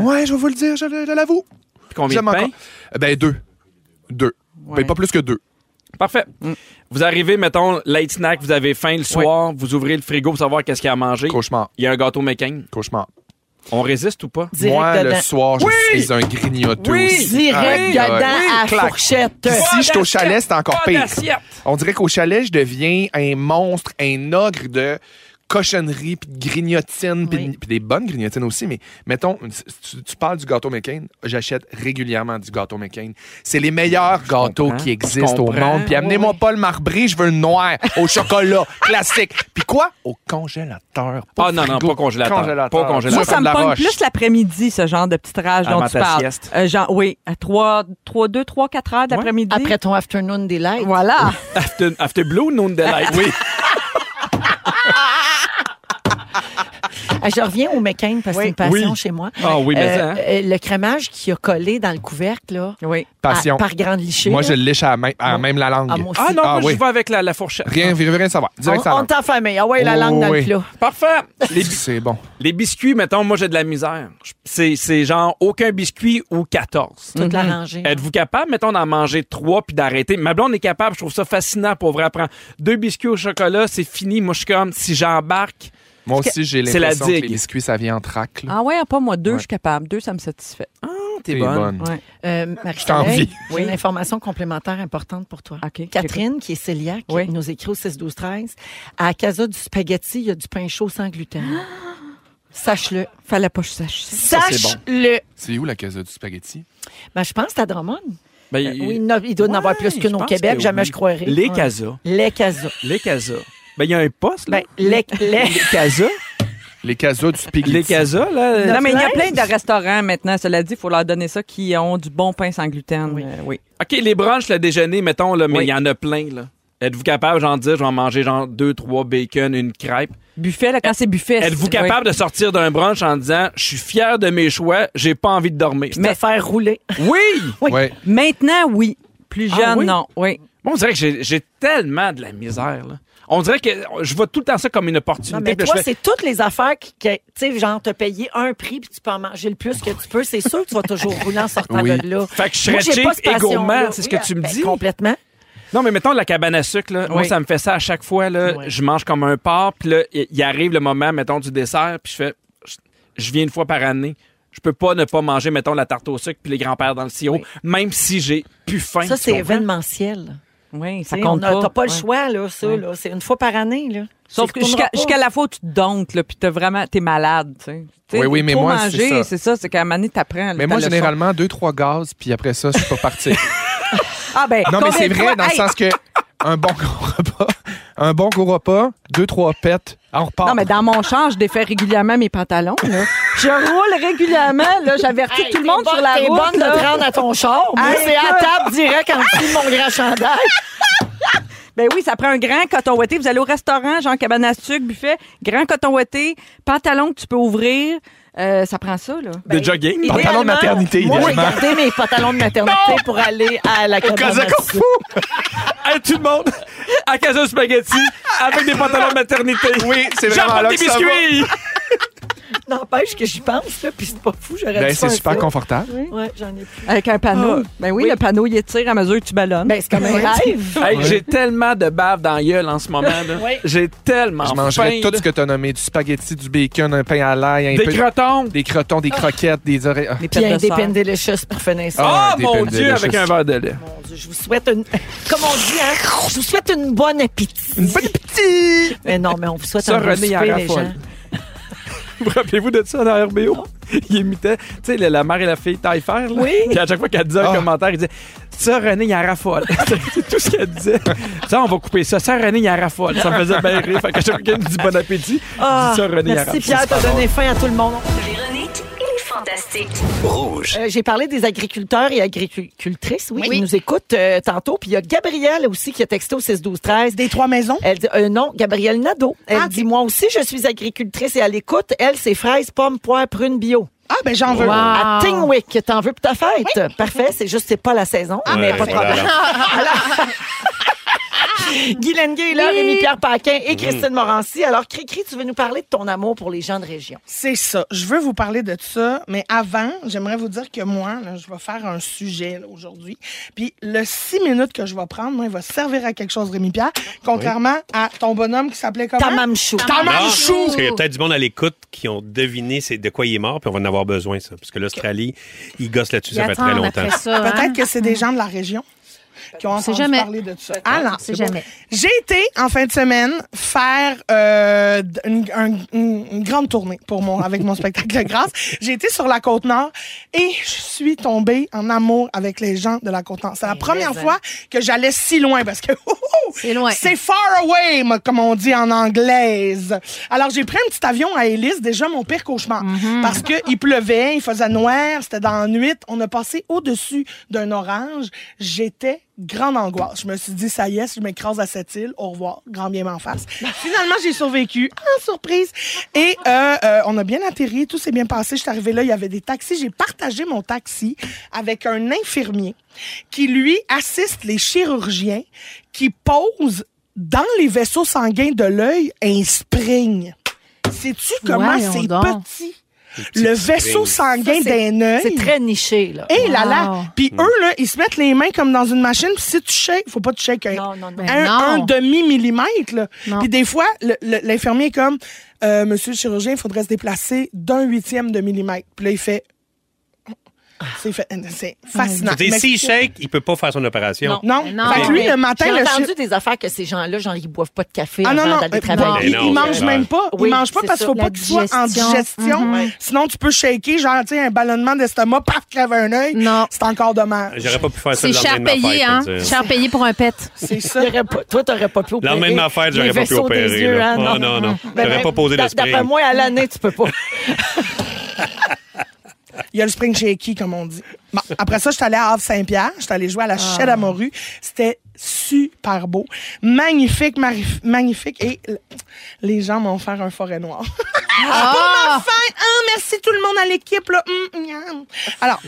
Speaker 8: Ouais, je vais vous le dire, je, le- je l'avoue.
Speaker 7: Puis combien
Speaker 8: J'aime
Speaker 7: de pain?
Speaker 8: encore. Euh, Ben, deux. Deux.
Speaker 9: Ouais.
Speaker 8: Ben, pas plus que deux.
Speaker 7: Parfait.
Speaker 8: Mm.
Speaker 7: Vous arrivez, mettons, late snack, vous avez faim le soir, vous ouvrez le frigo pour savoir qu'est-ce qu'il y a à manger.
Speaker 8: Cauchemar.
Speaker 7: Il y a un gâteau mécanique.
Speaker 8: Cauchemar.
Speaker 7: On résiste ou pas?
Speaker 3: Direct
Speaker 8: moi,
Speaker 3: dedans.
Speaker 8: le soir, je suis un grignoteux aussi.
Speaker 3: Direct
Speaker 8: Ah,
Speaker 3: dedans
Speaker 8: ouais.
Speaker 3: à
Speaker 8: Clac.
Speaker 3: fourchette.
Speaker 8: Si je suis au chalet, c'est encore
Speaker 7: Pas
Speaker 8: pire.
Speaker 7: d'assiette!
Speaker 8: On dirait qu'au chalet, je deviens un monstre, un ogre de cochonneries, puis de grignotines, puis de- puis des bonnes grignotines aussi. Mais mettons, tu, tu parles du gâteau McCain, j'achète régulièrement du gâteau McCain. C'est les meilleurs gâteaux qui existent au
Speaker 7: comprends.
Speaker 8: monde. Puis amenez-moi pas le marbré, je veux le noir, au chocolat, classique. Puis quoi? Au congélateur.
Speaker 7: Ah, non, non,
Speaker 8: frigo,
Speaker 7: pas congélateur. Pas congélateur.
Speaker 8: Ça,
Speaker 9: Moi,
Speaker 8: comme
Speaker 9: ça
Speaker 8: de
Speaker 9: me
Speaker 8: la
Speaker 9: pogne
Speaker 8: roche.
Speaker 9: plus l'après-midi, ce genre de petit rage
Speaker 7: Avant
Speaker 9: dont tu
Speaker 7: ta
Speaker 9: parles.
Speaker 7: sieste.
Speaker 9: Euh, genre, oui, à 3, 3, 2, 3, 4 heures d'après-midi.
Speaker 10: Après ton afternoon delight.
Speaker 9: Voilà.
Speaker 7: After, after Blue, Noon Delight. Oui.
Speaker 10: Ah, Je reviens au McCain parce que c'est une passion chez moi.
Speaker 7: Ah oui, mais
Speaker 10: Euh,
Speaker 7: hein.
Speaker 10: euh, le crémage qui a collé dans le couvercle, là,
Speaker 9: Oui.
Speaker 8: Passion.
Speaker 10: à- par grande lichée.
Speaker 8: Moi,
Speaker 10: là.
Speaker 8: je le lèche à la, main, à la même la langue.
Speaker 10: Ah, moi aussi.
Speaker 7: Ah non,
Speaker 8: Ah
Speaker 7: moi,
Speaker 8: oui.
Speaker 7: je vais avec la, la fourchette. Ah.
Speaker 8: Rien, rien, rien savoir. Direct à la
Speaker 10: on on
Speaker 8: langue.
Speaker 10: t'a famille. Ah ouais, la
Speaker 8: Oh,
Speaker 10: langue dans le
Speaker 8: oui.
Speaker 10: plat.
Speaker 7: Parfait. Les, bi-
Speaker 8: C'est bon.
Speaker 7: les biscuits, mettons, moi, j'ai de la misère. Je- C'est, c'est genre aucun biscuit ou 14.
Speaker 8: Mm-hmm.
Speaker 10: Toute la rangée.
Speaker 7: Êtes-vous capable, mettons, d'en manger trois puis d'arrêter? Ma blonde est capable, je trouve ça fascinant pour vrai apprendre. Deux biscuits au chocolat, c'est fini. Moi, je suis comme, si j'embarque,
Speaker 8: Moi aussi, j'ai
Speaker 7: c'est la
Speaker 8: l'impression que
Speaker 7: digue.
Speaker 8: les biscuits, ça vient en trac. là.
Speaker 9: Ah ouais, pas moi, deux,
Speaker 8: Ouais.
Speaker 9: je suis capable. Deux, ça me satisfait.
Speaker 7: Ah, t'es
Speaker 8: T'es
Speaker 7: bonne.
Speaker 9: Ouais.
Speaker 10: Euh, marie
Speaker 8: t'envie.
Speaker 10: j'ai une information complémentaire importante pour toi.
Speaker 9: OK,
Speaker 10: Catherine, qui est cœliaque,
Speaker 9: Oui.
Speaker 10: nous écrit au 6-12-13. À Casa du Spaghetti, il y a du pain chaud sans gluten. Sache-le.
Speaker 9: Fallait pas que je sache ça.
Speaker 7: c'est bon.
Speaker 10: Sache-le.
Speaker 8: C'est où la casa du spaghetti?
Speaker 10: Ben, je pense que c'est à Drummond.
Speaker 7: Ben,
Speaker 10: Euh, oui, il, n'a- il doit en avoir plus
Speaker 7: je
Speaker 10: qu'une au
Speaker 7: pense
Speaker 10: Québec.
Speaker 7: que
Speaker 10: Jamais
Speaker 7: oui.
Speaker 10: je croirais.
Speaker 7: Les
Speaker 10: Ouais.
Speaker 7: casas.
Speaker 10: Les Casa.
Speaker 7: Les casas. Ben, il y a un poste, là.
Speaker 10: Ben, les, les-
Speaker 7: les casas.
Speaker 8: Les casas du spaghetti.
Speaker 7: Les casas, là.
Speaker 9: Non, mais il y a plein de restaurants maintenant, cela dit, il faut leur donner ça, qui ont du bon pain sans gluten. Euh,
Speaker 10: Oui.
Speaker 9: Oui. oui.
Speaker 7: OK, les brunchs, le déjeuner, mettons, là, mais il
Speaker 9: Oui.
Speaker 7: y en a plein, là. Êtes-vous capable, j'en dire, je vais en manger genre deux, trois bacon, une crêpe.
Speaker 9: Buffet, là, quand c'est buffet.
Speaker 7: Êtes-vous
Speaker 9: c'est-
Speaker 7: capable de sortir d'un brunch en disant, je suis fier de mes choix, j'ai pas envie de dormir?
Speaker 10: te faire rouler.
Speaker 7: Oui!
Speaker 8: Ouais.
Speaker 9: oui. Maintenant, oui. Plus
Speaker 7: Ah
Speaker 9: jeune,
Speaker 7: oui?
Speaker 9: non. Oui.
Speaker 7: Moi, on dirait que j'ai j'ai tellement de la misère, là. On dirait que je vois tout le temps ça comme une opportunité.
Speaker 10: Non, mais
Speaker 7: puis
Speaker 10: toi,
Speaker 7: je fais-
Speaker 10: c'est toutes les affaires qui, que- tu sais, genre, te payer un prix puis tu peux en manger le plus que tu peux. C'est sûr que tu vas toujours rouler en sortant
Speaker 8: Oui.
Speaker 10: de là.
Speaker 7: Fait que je
Speaker 10: Moi,
Speaker 7: serais
Speaker 10: j'ai
Speaker 7: cheap
Speaker 10: pas cette
Speaker 7: et
Speaker 10: passion-là.
Speaker 7: gourmand, c'est ce
Speaker 10: Oui,
Speaker 7: que tu me
Speaker 10: ben,
Speaker 7: dis.
Speaker 10: Complètement.
Speaker 7: Non, mais mettons la cabane à sucre, là. Moi, ça me fait ça à chaque fois, là.
Speaker 10: Ouais.
Speaker 7: Je mange comme un porc, puis là, il il arrive le moment, mettons, du dessert, puis je fais. je- Je viens une fois par année. Je peux pas ne pas manger, mettons, la tarte au sucre puis les grands-pères dans le sirop, même si j'ai plus faim.
Speaker 10: Ça,
Speaker 7: tu
Speaker 10: c'est
Speaker 7: comprends?
Speaker 10: événementiel.
Speaker 9: Oui, ça
Speaker 10: T'sais,
Speaker 9: compte
Speaker 10: on a-
Speaker 9: pas.
Speaker 10: T'as pas le
Speaker 9: Ouais.
Speaker 10: choix, là, ça.
Speaker 9: Ouais.
Speaker 10: là. C'est une fois par année. Là.
Speaker 9: Sauf
Speaker 10: Tu
Speaker 9: que
Speaker 10: retourneras
Speaker 9: jusqu'à
Speaker 10: pas.
Speaker 9: jusqu'à la fois où tu te dontes, là, puis t'es vraiment, t'es malade, tu sais. Tu sais.
Speaker 8: Oui, oui, mais
Speaker 9: trop
Speaker 8: moi, c'est
Speaker 9: manger,
Speaker 8: ça.
Speaker 9: c'est ça, c'est qu'à un moment donné, t'apprends. là,
Speaker 8: Mais
Speaker 9: ta
Speaker 8: moi,
Speaker 9: leçon.
Speaker 8: généralement, deux, trois gaz, puis après ça, je suis pas parti.
Speaker 9: Ah, ben,
Speaker 8: non, mais
Speaker 9: combien
Speaker 8: c'est
Speaker 9: de
Speaker 8: vrai,
Speaker 9: fois-
Speaker 8: dans le
Speaker 9: Hey!
Speaker 8: sens que un bon gros repas, un bon gros repas, deux, trois pets, on repart.
Speaker 9: Non, mais dans mon char, je défais régulièrement mes pantalons, là. Je roule régulièrement, là. J'avertis tout le monde
Speaker 10: T'es
Speaker 9: sur la
Speaker 10: bonne-
Speaker 9: route.
Speaker 10: T'es bonne de
Speaker 9: là.
Speaker 10: te rendre à ton char. Moi,
Speaker 11: Ah,
Speaker 12: Ah,
Speaker 9: Hey,
Speaker 10: c'est à
Speaker 9: écoute.
Speaker 10: table direct en dessous de mon grand chandail.
Speaker 9: Ben oui, ça prend un grand coton ouaté. Vous allez au restaurant, genre cabane à sucre, buffet, grand coton ouaté, pantalon que tu peux ouvrir. Euh, ça prend ça, là.
Speaker 11: Ben,
Speaker 10: ben,
Speaker 7: De jogging.
Speaker 10: Idéalement,
Speaker 8: Pantalon de maternité,
Speaker 10: Moi, j'ai
Speaker 8: idéalement.
Speaker 10: gardé mes pantalons de maternité pour aller à la cabane. à sucre.
Speaker 7: Hey, tout le monde à casa de spaghetti avec des pantalons de maternité.
Speaker 8: Oui, c'est vraiment
Speaker 7: J'apporte
Speaker 8: là
Speaker 7: des
Speaker 8: que ça va.
Speaker 7: biscuits.
Speaker 10: N'empêche que j'y pense, là, puis c'est pas fou. J'aurais
Speaker 8: Ben,
Speaker 10: dû
Speaker 8: c'est
Speaker 10: faire
Speaker 8: super
Speaker 10: ça.
Speaker 8: confortable.
Speaker 10: Ouais, j'en ai plus.
Speaker 9: Avec un
Speaker 11: oh,
Speaker 9: panneau. Ben oui, le panneau, il étire à mesure que tu ballonnes.
Speaker 10: Ben, c'est comme un rêve.
Speaker 7: Hey, J'ai tellement de bave dans la gueule en ce moment. là.
Speaker 10: Oui.
Speaker 7: J'ai tellement
Speaker 8: Je mangerais
Speaker 7: faim,
Speaker 8: tout ce que t'as nommé, du spaghetti, du bacon, un pain à l'ail, un
Speaker 7: là.
Speaker 8: peu
Speaker 7: Des crotons.
Speaker 8: des crotons, des croquettes, des oreilles. Ah.
Speaker 9: Les
Speaker 10: Puis
Speaker 9: têtes
Speaker 10: un
Speaker 9: de sœur.
Speaker 10: dépend delicious pour finir ça.
Speaker 7: Ah,
Speaker 8: des
Speaker 7: mon
Speaker 8: peines
Speaker 7: Dieu, avec
Speaker 8: délicieuses.
Speaker 7: un verre de lait.
Speaker 10: Mon Dieu, je vous souhaite une. Comme on dit, hein? Je vous souhaite une bonne appétit. Une bonne appétit! Mais non, mais on vous souhaite
Speaker 7: Ça,
Speaker 10: un bon
Speaker 7: René, il en
Speaker 10: souper, les
Speaker 7: raffole.
Speaker 10: gens.
Speaker 7: Vous rappelez-vous de ça dans RBO? Il imitait, tu sais, la, la mère et la fille taille faire. Là. Oui. Puis à chaque fois qu'elle disait un
Speaker 8: Ah.
Speaker 7: commentaire, il disait Ça, René, il en raffole. C'est tout ce qu'elle disait. Ça, on va couper ça. Ça, René, il en raffole. Ça me faisait bien rire. Fait qu'à chaque fois qu'elle me dit bon appétit,
Speaker 10: Ah,
Speaker 7: je dis ça, René, il en
Speaker 10: merci
Speaker 7: raffole.
Speaker 10: Pierre, t'as donné faim à tout le monde.
Speaker 1: Véronique et les Fantastiques.
Speaker 10: Euh, J'ai parlé des agriculteurs et agricultrices, oui, qui nous écoutent euh, tantôt. Puis il y a Gabrielle aussi qui a texté au 6 12 13
Speaker 13: Des trois maisons.
Speaker 10: Elle dit euh, non, Gabrielle Nadeau. Elle dit moi aussi je suis agricultrice et à l'écoute, elle c'est fraises, pommes, poires, prunes bio.
Speaker 13: Ah, ben j'en veux.
Speaker 10: À Tingwick, t'en veux pour ta fête. Parfait, c'est juste c'est pas la saison, mais pas de problème. Guy Lenguet est là, Rémi-Pierre Paquin et Christine Morancy. Alors, Cricri, tu veux nous parler de ton amour pour les gens de région.
Speaker 13: C'est ça. Je veux vous parler de ça, mais avant, j'aimerais vous dire que moi, là, je vais faire un sujet là, aujourd'hui. Puis le six minutes que je vais prendre, moi, il va servir à quelque chose, Rémi Pierre, contrairement à ton bonhomme qui s'appelait comment?
Speaker 10: Tamamchou.
Speaker 13: Tamamchou!
Speaker 14: Parce qu'il y a peut-être du monde à l'écoute qui ont deviné c'est de quoi il est mort, puis on va en avoir besoin, ça. Parce que l'Australie, ils gossent là-dessus, ça fait très longtemps.
Speaker 13: Peut-être que c'est des gens de la région qui ont
Speaker 11: On sait
Speaker 13: entendu
Speaker 11: jamais.
Speaker 13: parler de ça. Ah Alors,
Speaker 11: On sait jamais.
Speaker 13: J'ai été en fin de semaine faire euh, d- une, un- une- une grande tournée pour mon avec mon spectacle de grâce. J'ai été sur la côte nord et je suis tombée en amour avec les gens de la côte nord. C'est la première
Speaker 11: mais, hein.
Speaker 13: fois que j'allais si loin parce que c'est
Speaker 11: loin.
Speaker 13: C'est far away, moi, comme on dit en anglaise. Alors j'ai pris un petit avion à Hélice, déjà mon pire cauchemar
Speaker 11: Mm-hmm.
Speaker 13: parce que il pleuvait, il faisait noir, c'était dans la nuit, on a passé au-dessus d'un orange, j'étais grande angoisse. Je me suis dit, ça y est, si je m'écrase à cette île, au revoir, grand bien m'en face. Finalement, j'ai survécu, en surprise. Et euh, euh, on a bien atterri, tout s'est bien passé. Je suis arrivée là, il y avait des taxis. J'ai partagé mon taxi avec un infirmier qui, lui, assiste les chirurgiens qui posent dans les vaisseaux sanguins de l'œil un spring. Sais-tu comment
Speaker 11: Voyons
Speaker 13: c'est
Speaker 11: donc.
Speaker 13: petit? Le vaisseau sanguin
Speaker 10: Ça, c'est-
Speaker 13: d'un œil.
Speaker 10: C'est très niché, là.
Speaker 13: Et Eh là
Speaker 10: Wow.
Speaker 13: là, puis
Speaker 14: Hmm.
Speaker 13: eux là, ils se mettent les mains comme dans une machine, puis si tu shakes, faut pas te shake un, un-
Speaker 11: non.
Speaker 13: un demi millimètre là. Puis des fois le- le- l'infirmier est comme Euh, monsieur le chirurgien, il faudrait se déplacer d'un huitième de millimètre. Puis là il fait c'est fa- c'est fascinant.
Speaker 14: C'est-à-dire,
Speaker 13: Mais-
Speaker 14: s'il shake, il peut pas faire son opération.
Speaker 13: Non. Fait que lui, le matin,
Speaker 10: J'ai
Speaker 13: le
Speaker 10: entendu
Speaker 13: chi-
Speaker 10: des affaires que ces gens-là, genre, ils boivent pas de café
Speaker 13: Ah non,
Speaker 10: avant
Speaker 13: non,
Speaker 10: d'aller
Speaker 13: euh,
Speaker 10: travailler.
Speaker 13: non, ils- ils mangent même pas. Ils
Speaker 10: Oui,
Speaker 13: mangent pas
Speaker 10: c'est
Speaker 13: parce
Speaker 10: ça.
Speaker 13: qu'il faut pas
Speaker 10: La
Speaker 13: que tu sois en
Speaker 10: digestion.
Speaker 13: digestion.
Speaker 10: Mhm.
Speaker 13: Sinon, tu peux shaker, genre, tu sais, un ballonnement d'estomac, paf, crève un œil. C'est encore dommage.
Speaker 14: J'aurais pas pu faire ça
Speaker 11: C'est
Speaker 14: le lendemain
Speaker 11: cher
Speaker 14: de ma fête.
Speaker 11: payé, hein?
Speaker 14: je veux dire.
Speaker 11: Cher payé pour un pet.
Speaker 13: C'est ça.
Speaker 10: Toi, t'aurais pas pu opérer.
Speaker 14: Le lendemain de ma fête, j'aurais
Speaker 10: les
Speaker 14: pas pu
Speaker 10: vaisseaux des
Speaker 14: opérer,
Speaker 10: yeux,
Speaker 14: là.
Speaker 10: hein,
Speaker 14: Oh, non, non.
Speaker 10: Ben,
Speaker 14: J'aurais
Speaker 10: ben,
Speaker 14: pas posé le
Speaker 10: d'a- D'après
Speaker 14: spring.
Speaker 10: moi, à l'année, tu peux pas.
Speaker 13: Il y a le spring shaky, comme on dit. Bon, après ça, je suis allée à Havre-Saint-Pierre. Je suis allée jouer à la Chaîne à Morue. C'était super beau. Magnifique, marif- magnifique. Et l- les gens m'ont offert un forêt noir. Pour ma fin! Ah, merci tout le monde à l'équipe. là. Hum, miam. Alors,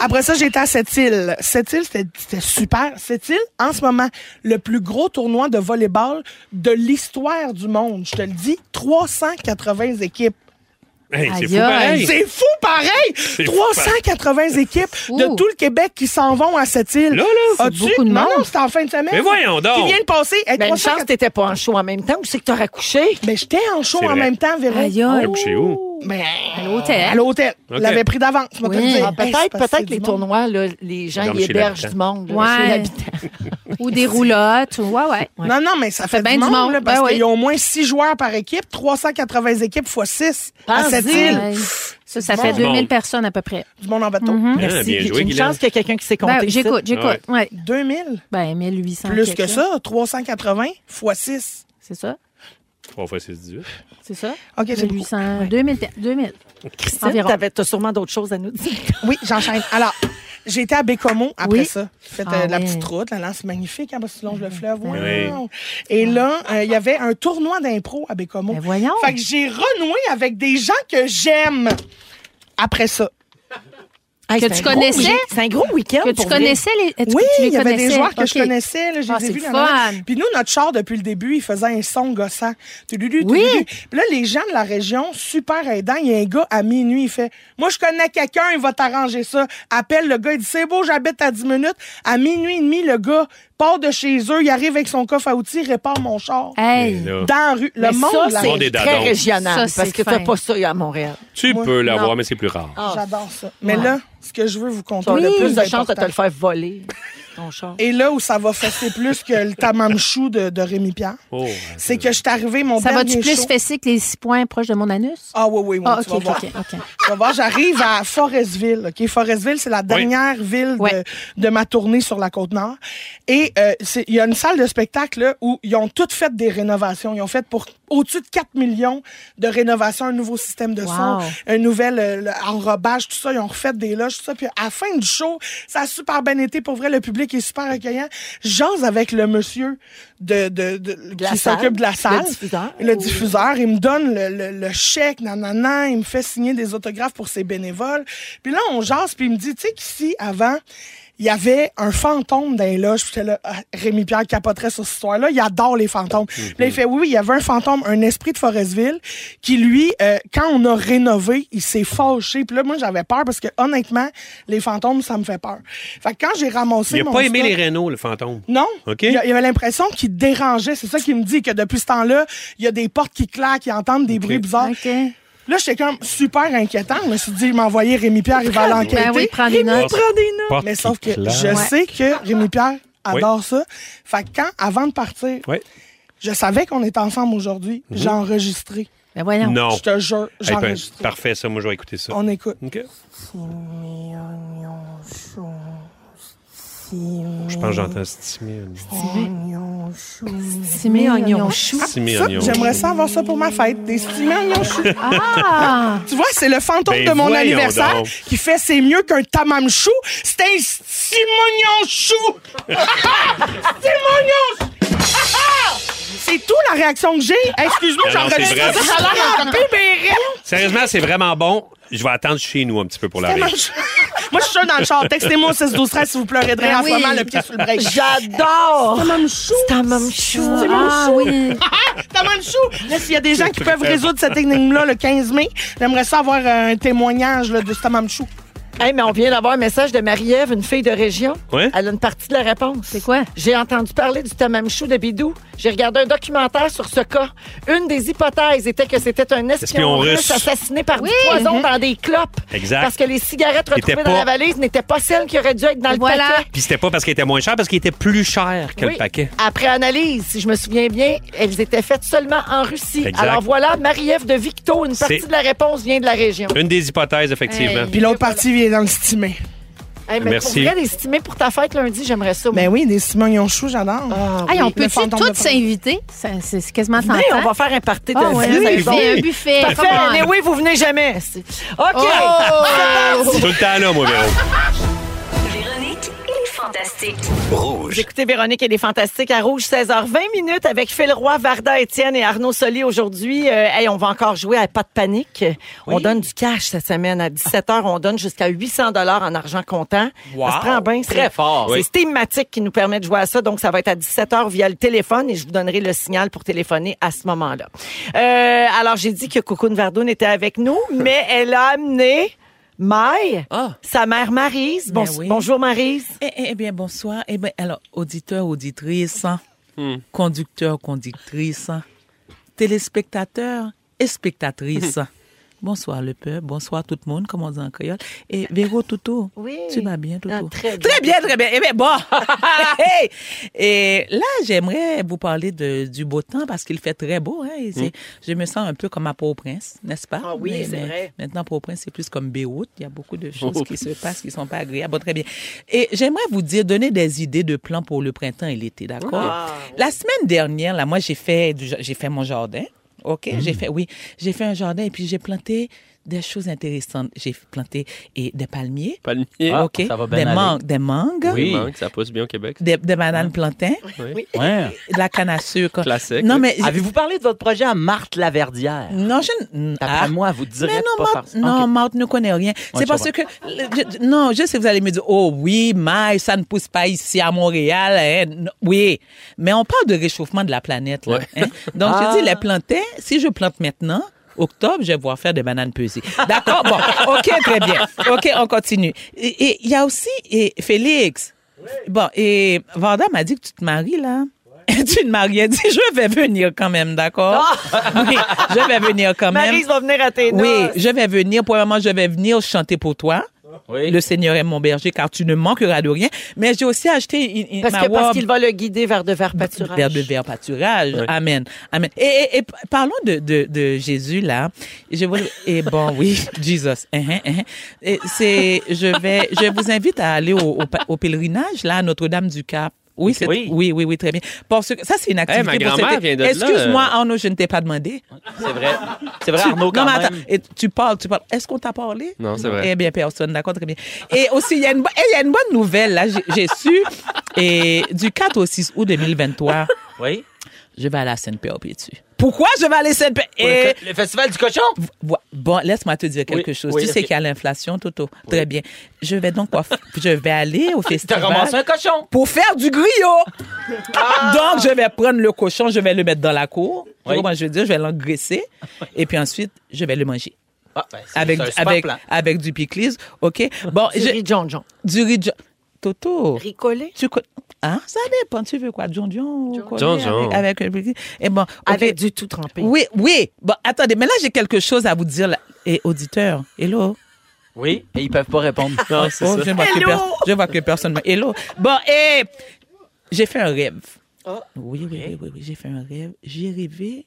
Speaker 13: après ça, j'étais à cette île. Cette île, c'était c'était super. Cette île, en ce moment, le plus gros tournoi de volleyball de l'histoire du monde. Je te le dis, 380 équipes.
Speaker 14: Hey, c'est fou,
Speaker 11: Aïe, aïe.
Speaker 14: pareil.
Speaker 13: C'est fou pareil!
Speaker 14: C'est fou,
Speaker 13: 380 équipes de tout le Québec qui s'en vont à cette île.
Speaker 14: Là, là.
Speaker 10: C'est
Speaker 13: As-tu-
Speaker 10: beaucoup de
Speaker 13: Non,
Speaker 10: monde.
Speaker 13: non, c'était en fin de semaine.
Speaker 14: Mais voyons donc.
Speaker 13: Qui vient de passer. Hey,
Speaker 10: Mais une
Speaker 13: 380
Speaker 10: chance, t'étais pas en show en même temps ou c'est que t'aurais couché?
Speaker 13: Mais Ben, j'étais en show
Speaker 14: C'est
Speaker 13: en
Speaker 14: vrai.
Speaker 13: même temps, Véro.
Speaker 11: Aïe,
Speaker 14: Ah,
Speaker 11: aïe.
Speaker 9: Oh.
Speaker 14: vous, chez où?
Speaker 13: Ben,
Speaker 11: À
Speaker 13: à
Speaker 11: l'hôtel.
Speaker 13: l'hôtel.
Speaker 14: Ok.
Speaker 13: l'avait pris d'avance. je vais te le
Speaker 11: Hein? Oui.
Speaker 13: dire.
Speaker 11: Ah,
Speaker 13: Hey, c'est
Speaker 10: Peut-être
Speaker 13: parce que
Speaker 10: peut-être
Speaker 13: c'est
Speaker 10: les
Speaker 13: du monde.
Speaker 10: tournois, là, les gens
Speaker 14: Dorment
Speaker 10: ils
Speaker 14: chez
Speaker 10: hébergent
Speaker 14: l'habitant.
Speaker 10: du monde. là,
Speaker 11: Ouais.
Speaker 10: chez l'habitant.
Speaker 11: Ou des roulottes. ou- Ouais, ouais.
Speaker 13: Non, non, mais ça fait,
Speaker 11: bien
Speaker 13: du
Speaker 11: du
Speaker 13: monde,
Speaker 11: monde.
Speaker 13: là, parce
Speaker 11: Ben oui.
Speaker 13: qu'il y a au moins 6 joueurs par équipe, 380 équipes fois Ah, 6 à
Speaker 10: Pense-y.
Speaker 13: cette île.
Speaker 11: Ouais. Ça, ça
Speaker 14: Bon.
Speaker 11: fait
Speaker 14: Bon.
Speaker 11: 2000 personnes à peu près.
Speaker 13: Du monde en bateau.
Speaker 11: Mm-hmm.
Speaker 14: Ah,
Speaker 10: Merci.
Speaker 14: bien
Speaker 10: J'ai
Speaker 14: joué,
Speaker 10: une
Speaker 14: Guylaine.
Speaker 10: chance qu'il y a quelqu'un qui s'est compté.
Speaker 11: Ben, j'écoute,
Speaker 14: ça.
Speaker 11: j'écoute. Ouais.
Speaker 13: 2000.
Speaker 11: Ben, 1800.
Speaker 13: Plus que
Speaker 11: quelque.
Speaker 13: ça, 380 fois 6.
Speaker 11: C'est ça?
Speaker 14: 3 fois 6, 18.
Speaker 11: C'est ça?
Speaker 13: OK, c'est beaucoup.
Speaker 11: 1800. 2000. 2000.
Speaker 10: Christine,
Speaker 11: Environ.
Speaker 10: t'avais- t'as sûrement d'autres choses à nous dire.
Speaker 13: Oui, j'enchaîne. Alors, j'ai été à Bécomo après
Speaker 11: Oui.
Speaker 13: ça. J'ai fait
Speaker 11: Ah
Speaker 13: euh, de la
Speaker 11: ouais. Mm-hmm.
Speaker 13: petite route. Là, là, c'est magnifique hein, parce que tu longes le fleuve. Wow.
Speaker 14: Oui.
Speaker 13: Et là, euh, il y avait un tournoi d'impro à Bécomo.
Speaker 11: Ben, voyons.
Speaker 13: Fait que j'ai renoué avec des gens que j'aime après ça.
Speaker 10: Hey,
Speaker 11: Que
Speaker 10: c'est
Speaker 11: tu
Speaker 10: un gros
Speaker 11: connaissais?
Speaker 10: week- C'est un gros week-end.
Speaker 11: Que tu
Speaker 10: pour vrai.
Speaker 11: connaissais les. est-ce que
Speaker 13: Oui,
Speaker 11: tu les
Speaker 13: il y avait des
Speaker 11: connaissais?
Speaker 13: joueurs que je
Speaker 11: OK.
Speaker 13: connaissais. Là, je
Speaker 11: Ah,
Speaker 13: les ai
Speaker 11: c'est
Speaker 13: vus.
Speaker 11: le
Speaker 13: nanana.
Speaker 11: fun.
Speaker 13: Puis nous, notre char, depuis le début, il faisait un son gossant. Tululu,
Speaker 11: Oui.
Speaker 13: tululu. Puis là, les gens de la région, super aidants, il y a un gars à minuit, il fait « Moi, je connais quelqu'un, il va t'arranger ça. » Appelle le gars, il dit « C'est beau, j'habite à 10 minutes. » À minuit et demi, le gars part de chez eux, il arrive avec son coffre à outils, répare mon char.
Speaker 11: Hey.
Speaker 14: Là,
Speaker 13: Dans la rue. Le
Speaker 10: Mais
Speaker 13: monde,
Speaker 10: ça,
Speaker 13: là,
Speaker 14: Bon, des
Speaker 10: c'est très
Speaker 14: dadons.
Speaker 11: Ça,
Speaker 10: régional. parce
Speaker 11: c'est
Speaker 10: que t'as
Speaker 11: fin.
Speaker 10: pas ça à Montréal.
Speaker 14: tu
Speaker 13: Moi,
Speaker 14: peux l'avoir, mais c'est plus rare.
Speaker 13: j'adore ça. Mais
Speaker 10: Ouais.
Speaker 13: là, ce que je veux vous conter,
Speaker 10: T'as
Speaker 13: le
Speaker 10: le plus de chances
Speaker 13: important.
Speaker 10: de te le faire voler, ton char.
Speaker 13: Et là où ça va fesser plus que le tamamchou de, de Rémi-Pierre,
Speaker 14: Oh,
Speaker 13: c'est que je suis arrivée, mon
Speaker 11: Ça
Speaker 13: dernier
Speaker 11: va-tu plus
Speaker 13: show-
Speaker 11: fessé que les six points proches de mon anus?
Speaker 13: Ah oui, oui, oui.
Speaker 11: Ah,
Speaker 13: tu
Speaker 11: OK,
Speaker 13: vas
Speaker 11: OK,
Speaker 13: voir.
Speaker 11: OK. ok.
Speaker 13: Tu vas voir, j'arrive à Forestville. OK? Forestville, c'est la dernière ville de,
Speaker 11: Oui.
Speaker 13: de ma tournée sur la Côte-Nord. Et euh, c'est- il y a une salle de spectacle là, où ils ont toutes fait des rénovations. Ils ont fait pour au-dessus de 4 millions de rénovations, un nouveau système de son,
Speaker 11: Wow.
Speaker 13: un nouvel euh, le- enrobage, tout ça. Ils ont refait des loges, tout ça. Puis à la fin du show, ça a super bien été. Pour vrai, le public est super accueillant. J'ose avec le monsieur de, de, de-
Speaker 10: la
Speaker 13: qui
Speaker 10: salle,
Speaker 13: s'occupe de la
Speaker 10: le
Speaker 13: salle.
Speaker 10: diffuseur.
Speaker 13: Le diffuseur, il me donne le, le- le chèque, nanana, il me fait signer des autographes pour ses bénévoles. Puis là, on jase, puis il me dit, tu sais qu'ici, avant, il il y avait un fantôme dans les loges. Puis j'étais là, ah, Rémi-Pierre capoterait sur cette histoire-là. Il adore les fantômes.
Speaker 14: Mhm.
Speaker 13: Puis là, il fait, oui, oui, il y avait un fantôme, un esprit de Forestville, qui, lui, euh, quand on a rénové, il s'est fâché. Puis là, moi, j'avais peur parce que, honnêtement, les fantômes, ça me fait peur. Fait que quand j'ai ramassé
Speaker 14: Il n'a
Speaker 13: mon
Speaker 14: pas aimé
Speaker 13: stock-
Speaker 14: les rénaux, le fantôme.
Speaker 13: non.
Speaker 14: OK.
Speaker 13: Il y a- il y avait l'impression qu'il dérangeait. C'est ça qu'il me dit, que depuis ce temps-là, il y a des portes qui claquent, ils entendent des bruits bizarres. Là, j'étais comme super inquiétant. Je me suis dit, il m'a envoyé Rémi-Pierre, il va
Speaker 11: Ben
Speaker 13: l'enquêter.
Speaker 11: oui, prends des
Speaker 13: Rémi,
Speaker 11: notes.
Speaker 13: prends des notes.
Speaker 11: Porte
Speaker 13: Mais
Speaker 11: qui
Speaker 13: sauf que
Speaker 11: claque.
Speaker 13: je
Speaker 11: Ouais.
Speaker 13: sais que Rémi-Pierre adore ça. Fait que quand, avant de partir, je savais qu'on était ensemble aujourd'hui,
Speaker 14: Mhm.
Speaker 13: j'ai enregistré.
Speaker 11: Ben voyons.
Speaker 14: Non.
Speaker 13: Je te jure, j'ai
Speaker 14: Eh ben,
Speaker 13: enregistré.
Speaker 14: parfait, ça, moi, je vais écouter ça.
Speaker 13: On écoute.
Speaker 14: OK. Je pense que j'entends Stimé.
Speaker 13: Stimé
Speaker 11: oignon
Speaker 13: chou.
Speaker 14: Stimé oignon
Speaker 13: J'aimerais
Speaker 14: chou.
Speaker 13: ça avoir ça pour ma fête, des stimés oignons chou.
Speaker 11: Ah!
Speaker 13: Tu vois, c'est le fantôme
Speaker 14: Ben
Speaker 13: de mon
Speaker 14: voyons
Speaker 13: anniversaire
Speaker 14: donc.
Speaker 13: qui fait c'est mieux qu'un tamam chou, c'est un stimonion chou. stimonion chou. C'est tout la réaction que j'ai. Excuse-moi,
Speaker 14: Ben Non, non, c'est
Speaker 13: j'enregistre
Speaker 14: vrai.
Speaker 13: ça à l'air d'un bébé.
Speaker 14: Sérieusement, c'est vraiment bon. Je vais attendre chez nous un petit peu pour la
Speaker 13: Moi,
Speaker 14: rire.
Speaker 13: je suis sûre dans le char. Textez-moi au 6 12 13 si vous pleurez de rire en
Speaker 10: Ben oui.
Speaker 13: ce moment, le pied sur le break.
Speaker 10: J'adore!
Speaker 13: C'est tamam chou.
Speaker 10: C'est un mum chou.
Speaker 13: C'est mon
Speaker 10: Ah
Speaker 13: chou.
Speaker 10: oui.
Speaker 13: T'as même chou. Là, s'il y a des gens qui peuvent
Speaker 10: préfère.
Speaker 13: résoudre cette énigme-là le 15 mai, j'aimerais ça avoir un témoignage là, de ce tamam chou.
Speaker 10: Hey, mais on vient d'avoir un message de Marie-Ève, une fille de région.
Speaker 14: Ouais.
Speaker 10: Elle a une partie de la réponse. C'est quoi? J'ai entendu parler du tamamchou de Bidou. J'ai regardé un documentaire sur ce cas. Une des hypothèses était que c'était un espion
Speaker 14: Espion
Speaker 10: russe
Speaker 14: russe.
Speaker 10: assassiné par
Speaker 11: Oui.
Speaker 10: du poison
Speaker 11: Mhm.
Speaker 10: dans des clopes.
Speaker 14: Exact.
Speaker 10: Parce que les cigarettes
Speaker 14: Était
Speaker 10: retrouvées dans
Speaker 14: pas-
Speaker 10: la valise n'étaient pas celles qui auraient dû être dans le
Speaker 11: Voilà.
Speaker 10: paquet.
Speaker 14: Puis c'était pas parce qu'il était moins cher, parce qu'il était plus cher que
Speaker 10: Oui.
Speaker 14: le paquet.
Speaker 10: Après analyse, si je me souviens bien, elles étaient faites seulement en Russie.
Speaker 14: Exact.
Speaker 10: Alors voilà, Marie-Ève de Victo, une partie
Speaker 14: C'est-
Speaker 10: de la réponse vient de la région.
Speaker 14: Une des hypothèses, effectivement.
Speaker 13: Puis l'autre partie vient dans le stimé.
Speaker 10: Hey, mais
Speaker 14: Merci.
Speaker 10: Pour vrai, des stimés pour ta fête lundi, j'aimerais ça.
Speaker 13: Ben oui, des stimonions chou, j'adore. Ah,
Speaker 11: Hey, on peut-tu toutes s'inviter? Ça- C'est c'est quasiment tentant.
Speaker 10: Mais on va faire un party de
Speaker 11: Ah ouais,
Speaker 10: fou,
Speaker 11: un
Speaker 10: c'est
Speaker 11: buffet,
Speaker 10: bon.
Speaker 11: un buffet,
Speaker 10: Parfait,
Speaker 11: come on.
Speaker 10: mais oui, vous venez jamais. OK.
Speaker 14: Tout le temps là, moi, Véro.
Speaker 1: Véronique et les Fantastiques.
Speaker 3: Vous écoutez Véronique et les Fantastiques à Rouge, 16h20 minutes avec Phil Roy, Varda, Étienne et Arnaud Soli aujourd'hui. Euh, hey, on va encore jouer à Pas de panique. On donne du cash cette semaine. À 17h, on donne jusqu'à 800 dollars en argent comptant.
Speaker 15: Wow.
Speaker 3: Ça se prend bien. ça.
Speaker 15: Très fort.
Speaker 3: C'est
Speaker 15: Oui.
Speaker 3: Stématique qui nous permet de jouer à ça. Donc, ça va être à 17h via le téléphone et je vous donnerai le signal pour téléphoner à ce moment-là. Euh, alors, j'ai dit que Cocoon Verdoun était avec nous, mais elle a amené... Maï,
Speaker 15: Ah.
Speaker 3: sa mère Marise.
Speaker 15: Ben
Speaker 3: Bon- Bonjour Marise.
Speaker 16: Eh, eh, eh bien, bonsoir. Eh bien, alors, auditeurs, auditrices,
Speaker 15: Hmm.
Speaker 16: conducteurs, conductrices, téléspectateurs et spectatrices.
Speaker 15: Hmm.
Speaker 16: Bonsoir le peuple, bonsoir tout le monde, comme on dit en créole. Et Véro Toutou, tu vas bien
Speaker 11: Euh,
Speaker 16: Toutou? très, bien. très bien, très bien. Eh bien, bon. Hey! et là, j'aimerais vous parler de, du beau temps parce qu'il fait très beau. hein, et c'est-
Speaker 15: Mm.
Speaker 16: Je me sens un peu comme à Port-au-Prince, n'est-ce pas?
Speaker 15: Ah oui,
Speaker 16: Mais-
Speaker 15: c'est
Speaker 16: mais
Speaker 15: vrai.
Speaker 16: Maintenant, Port-au-Prince, c'est plus comme Beyrouth. Il y a beaucoup de choses
Speaker 15: Oh.
Speaker 16: qui se passent qui ne sont pas agréables. Bon, très bien. Et j'aimerais vous dire, donner des idées de plans pour le printemps et l'été, d'accord?
Speaker 15: Ah.
Speaker 16: La semaine dernière, là, moi, j'ai fait, du ja- j'ai fait mon jardin. OK?
Speaker 15: Mm.
Speaker 16: J'ai fait, oui, j'ai fait un jardin et puis j'ai planté des choses intéressantes. J'ai planté et des palmiers.
Speaker 15: Palmier.
Speaker 7: Ah,
Speaker 16: OK.
Speaker 15: Ça va bien
Speaker 10: Ben,
Speaker 16: des,
Speaker 15: aller.
Speaker 16: mangues, des mangues.
Speaker 15: Oui, mangue, ça pousse bien au Québec.
Speaker 16: Des, des bananes plantains.
Speaker 15: Oui. Ouais.
Speaker 16: De la canne à sucre.
Speaker 15: Classique.
Speaker 16: Non, mais.
Speaker 15: Avez-vous parlé de votre projet à Marthe Laverdière?
Speaker 16: Non, je. ah.
Speaker 15: Après moi, vous direz
Speaker 16: Mais non,
Speaker 15: pas faire
Speaker 16: Marthe,
Speaker 15: ça.
Speaker 16: non,
Speaker 15: Ok.
Speaker 16: Marthe ne connaît rien.
Speaker 15: Ouais,
Speaker 16: c'est
Speaker 15: je
Speaker 16: parce que.
Speaker 15: comprends.
Speaker 16: le- je- non, je sais, vous allez me dire, oh oui, mais ça ne pousse pas ici à Montréal. hein. Non, Oui. Mais on parle de réchauffement de la planète. Là, hein. Donc,
Speaker 15: Ah.
Speaker 16: je dis, les planter, si je plante maintenant, Octobre, je vais voir faire des bananes pesées. D'accord? Bon, OK, très bien. OK, on continue. Et et il y a aussi et Félix. Bon, et Vanda m'a dit que tu te maries, là. tu te maries. Elle dit, je vais venir quand même, d'accord? Oui, je vais venir quand même.
Speaker 3: Maryse va venir à tes
Speaker 16: Oui,
Speaker 3: noces.
Speaker 16: je vais venir. Premièrement, je vais venir chanter pour toi. Le Seigneur est mon berger, car tu ne manqueras de rien. Mais j'ai aussi acheté une, une-
Speaker 10: Parce
Speaker 16: ma
Speaker 10: que parce
Speaker 16: robe.
Speaker 10: qu'il va le guider vers de verts pâturages.
Speaker 16: Vers de verre pâturage. Amen. Amen. Et, et- et parlons de, de, de Jésus, là. Je vous, et bon, oui, Jesus. Hein, hein, hein. Et c'est, je vais, je vous invite à aller au, au, pa- au pèlerinage, là, à Notre-Dame du Cap. Oui, c'est, oui. oui, oui, très bien. Parce que ça, c'est une activité.
Speaker 15: ma
Speaker 16: pour
Speaker 15: grand-mère
Speaker 16: cet-
Speaker 15: vient de là,
Speaker 16: Excuse-moi,
Speaker 15: euh.
Speaker 16: Arnaud, je ne t'ai pas demandé.
Speaker 15: C'est vrai. C'est vrai,
Speaker 16: Tu-
Speaker 15: Arnaud, quand
Speaker 16: non, mais
Speaker 15: même.
Speaker 16: attends,
Speaker 12: Mm.
Speaker 16: et tu parles, tu parles. Est-ce qu'on t'a parlé?
Speaker 15: Non, c'est vrai.
Speaker 16: Eh bien, personne, d'accord, très bien. Et aussi, il y, a une bo- eh, il y a une bonne nouvelle, là, j'ai j'ai su, et du 4 au 6 août 2023.
Speaker 15: Oui.
Speaker 16: je vais aller à Sainte-Perpétue. Pourquoi je vais aller à Sainte-Perpétue?
Speaker 12: Ouais, le festival du cochon?
Speaker 16: Bon, laisse-moi te dire quelque
Speaker 12: Oui,
Speaker 16: chose.
Speaker 12: oui,
Speaker 16: tu sais
Speaker 12: ok.
Speaker 16: qu'il y a l'inflation, Toto. Très bien. Je vais donc, quoi f- je vais aller au festival.
Speaker 12: ramassé un cochon. Ah!
Speaker 16: Pour faire du griot. Donc, je vais prendre le cochon, je vais le mettre dans la cour. Tu
Speaker 12: Oui.
Speaker 16: comprends ce que je veux dire? Je vais l'engraisser. Et puis ensuite, je vais le manger.
Speaker 12: Ah, ben, c'est-
Speaker 16: avec,
Speaker 12: c'est un super
Speaker 16: avec,
Speaker 12: plan.
Speaker 16: avec du piclis. OK? Bon,
Speaker 12: Du riz
Speaker 16: John John. Du riz John. Toto.
Speaker 10: Ricolé.
Speaker 16: Tu co- Hein? Ça dépend. Tu veux quoi? John John? ou collé
Speaker 17: John John.
Speaker 16: Avec, avec un piclis. Et bon,
Speaker 10: Avec
Speaker 16: du tout trempé. Oui, oui. Bon, attendez, mais là, j'ai quelque chose à vous dire, là. et auditeur. Hello?
Speaker 12: Oui, et ils peuvent pas répondre.
Speaker 16: Oh, Je vois, que, per- je vois que personne m'a- Hello. Bon, et j'ai fait un rêve.
Speaker 12: Oh.
Speaker 16: Oui, oui, oui, oui, oui, j'ai fait un rêve. J'ai rêvé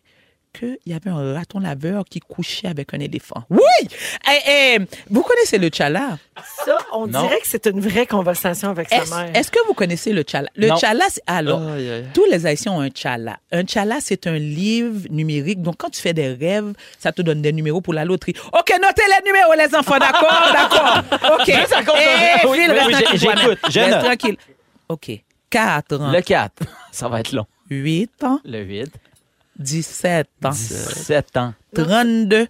Speaker 16: qu'il y avait un raton laveur qui couchait avec un éléphant. Oui! Eh, eh, vous connaissez le tchala?
Speaker 10: Ça, on
Speaker 16: Non.
Speaker 10: dirait que c'est une vraie conversation avec sa mère.
Speaker 16: Est-ce est-ce que vous connaissez le tchala? Le
Speaker 10: Non.
Speaker 16: tchala, c'est- alors,
Speaker 10: Aïe, aïe.
Speaker 16: tous les Haïtiens ont un tchala. Un tchala, c'est un livre numérique. Donc, quand tu fais des rêves, ça te donne des numéros pour la loterie. OK, notez les numéros, les enfants, d'accord? D'accord. OK.
Speaker 12: Juste à cause de-
Speaker 16: Eh,
Speaker 12: Oui,
Speaker 16: Phil,
Speaker 12: oui,
Speaker 16: reste
Speaker 12: oui,
Speaker 16: tranquille,
Speaker 12: j'ai-
Speaker 16: toi-même.
Speaker 12: j'écoute, je
Speaker 16: Reste
Speaker 12: note.
Speaker 16: tranquille. OK. 4 ans.
Speaker 12: Le 4. Ça va être long.
Speaker 16: 8 ans.
Speaker 12: Le 8.
Speaker 16: 17 ans.
Speaker 12: 17 ans.
Speaker 16: 32.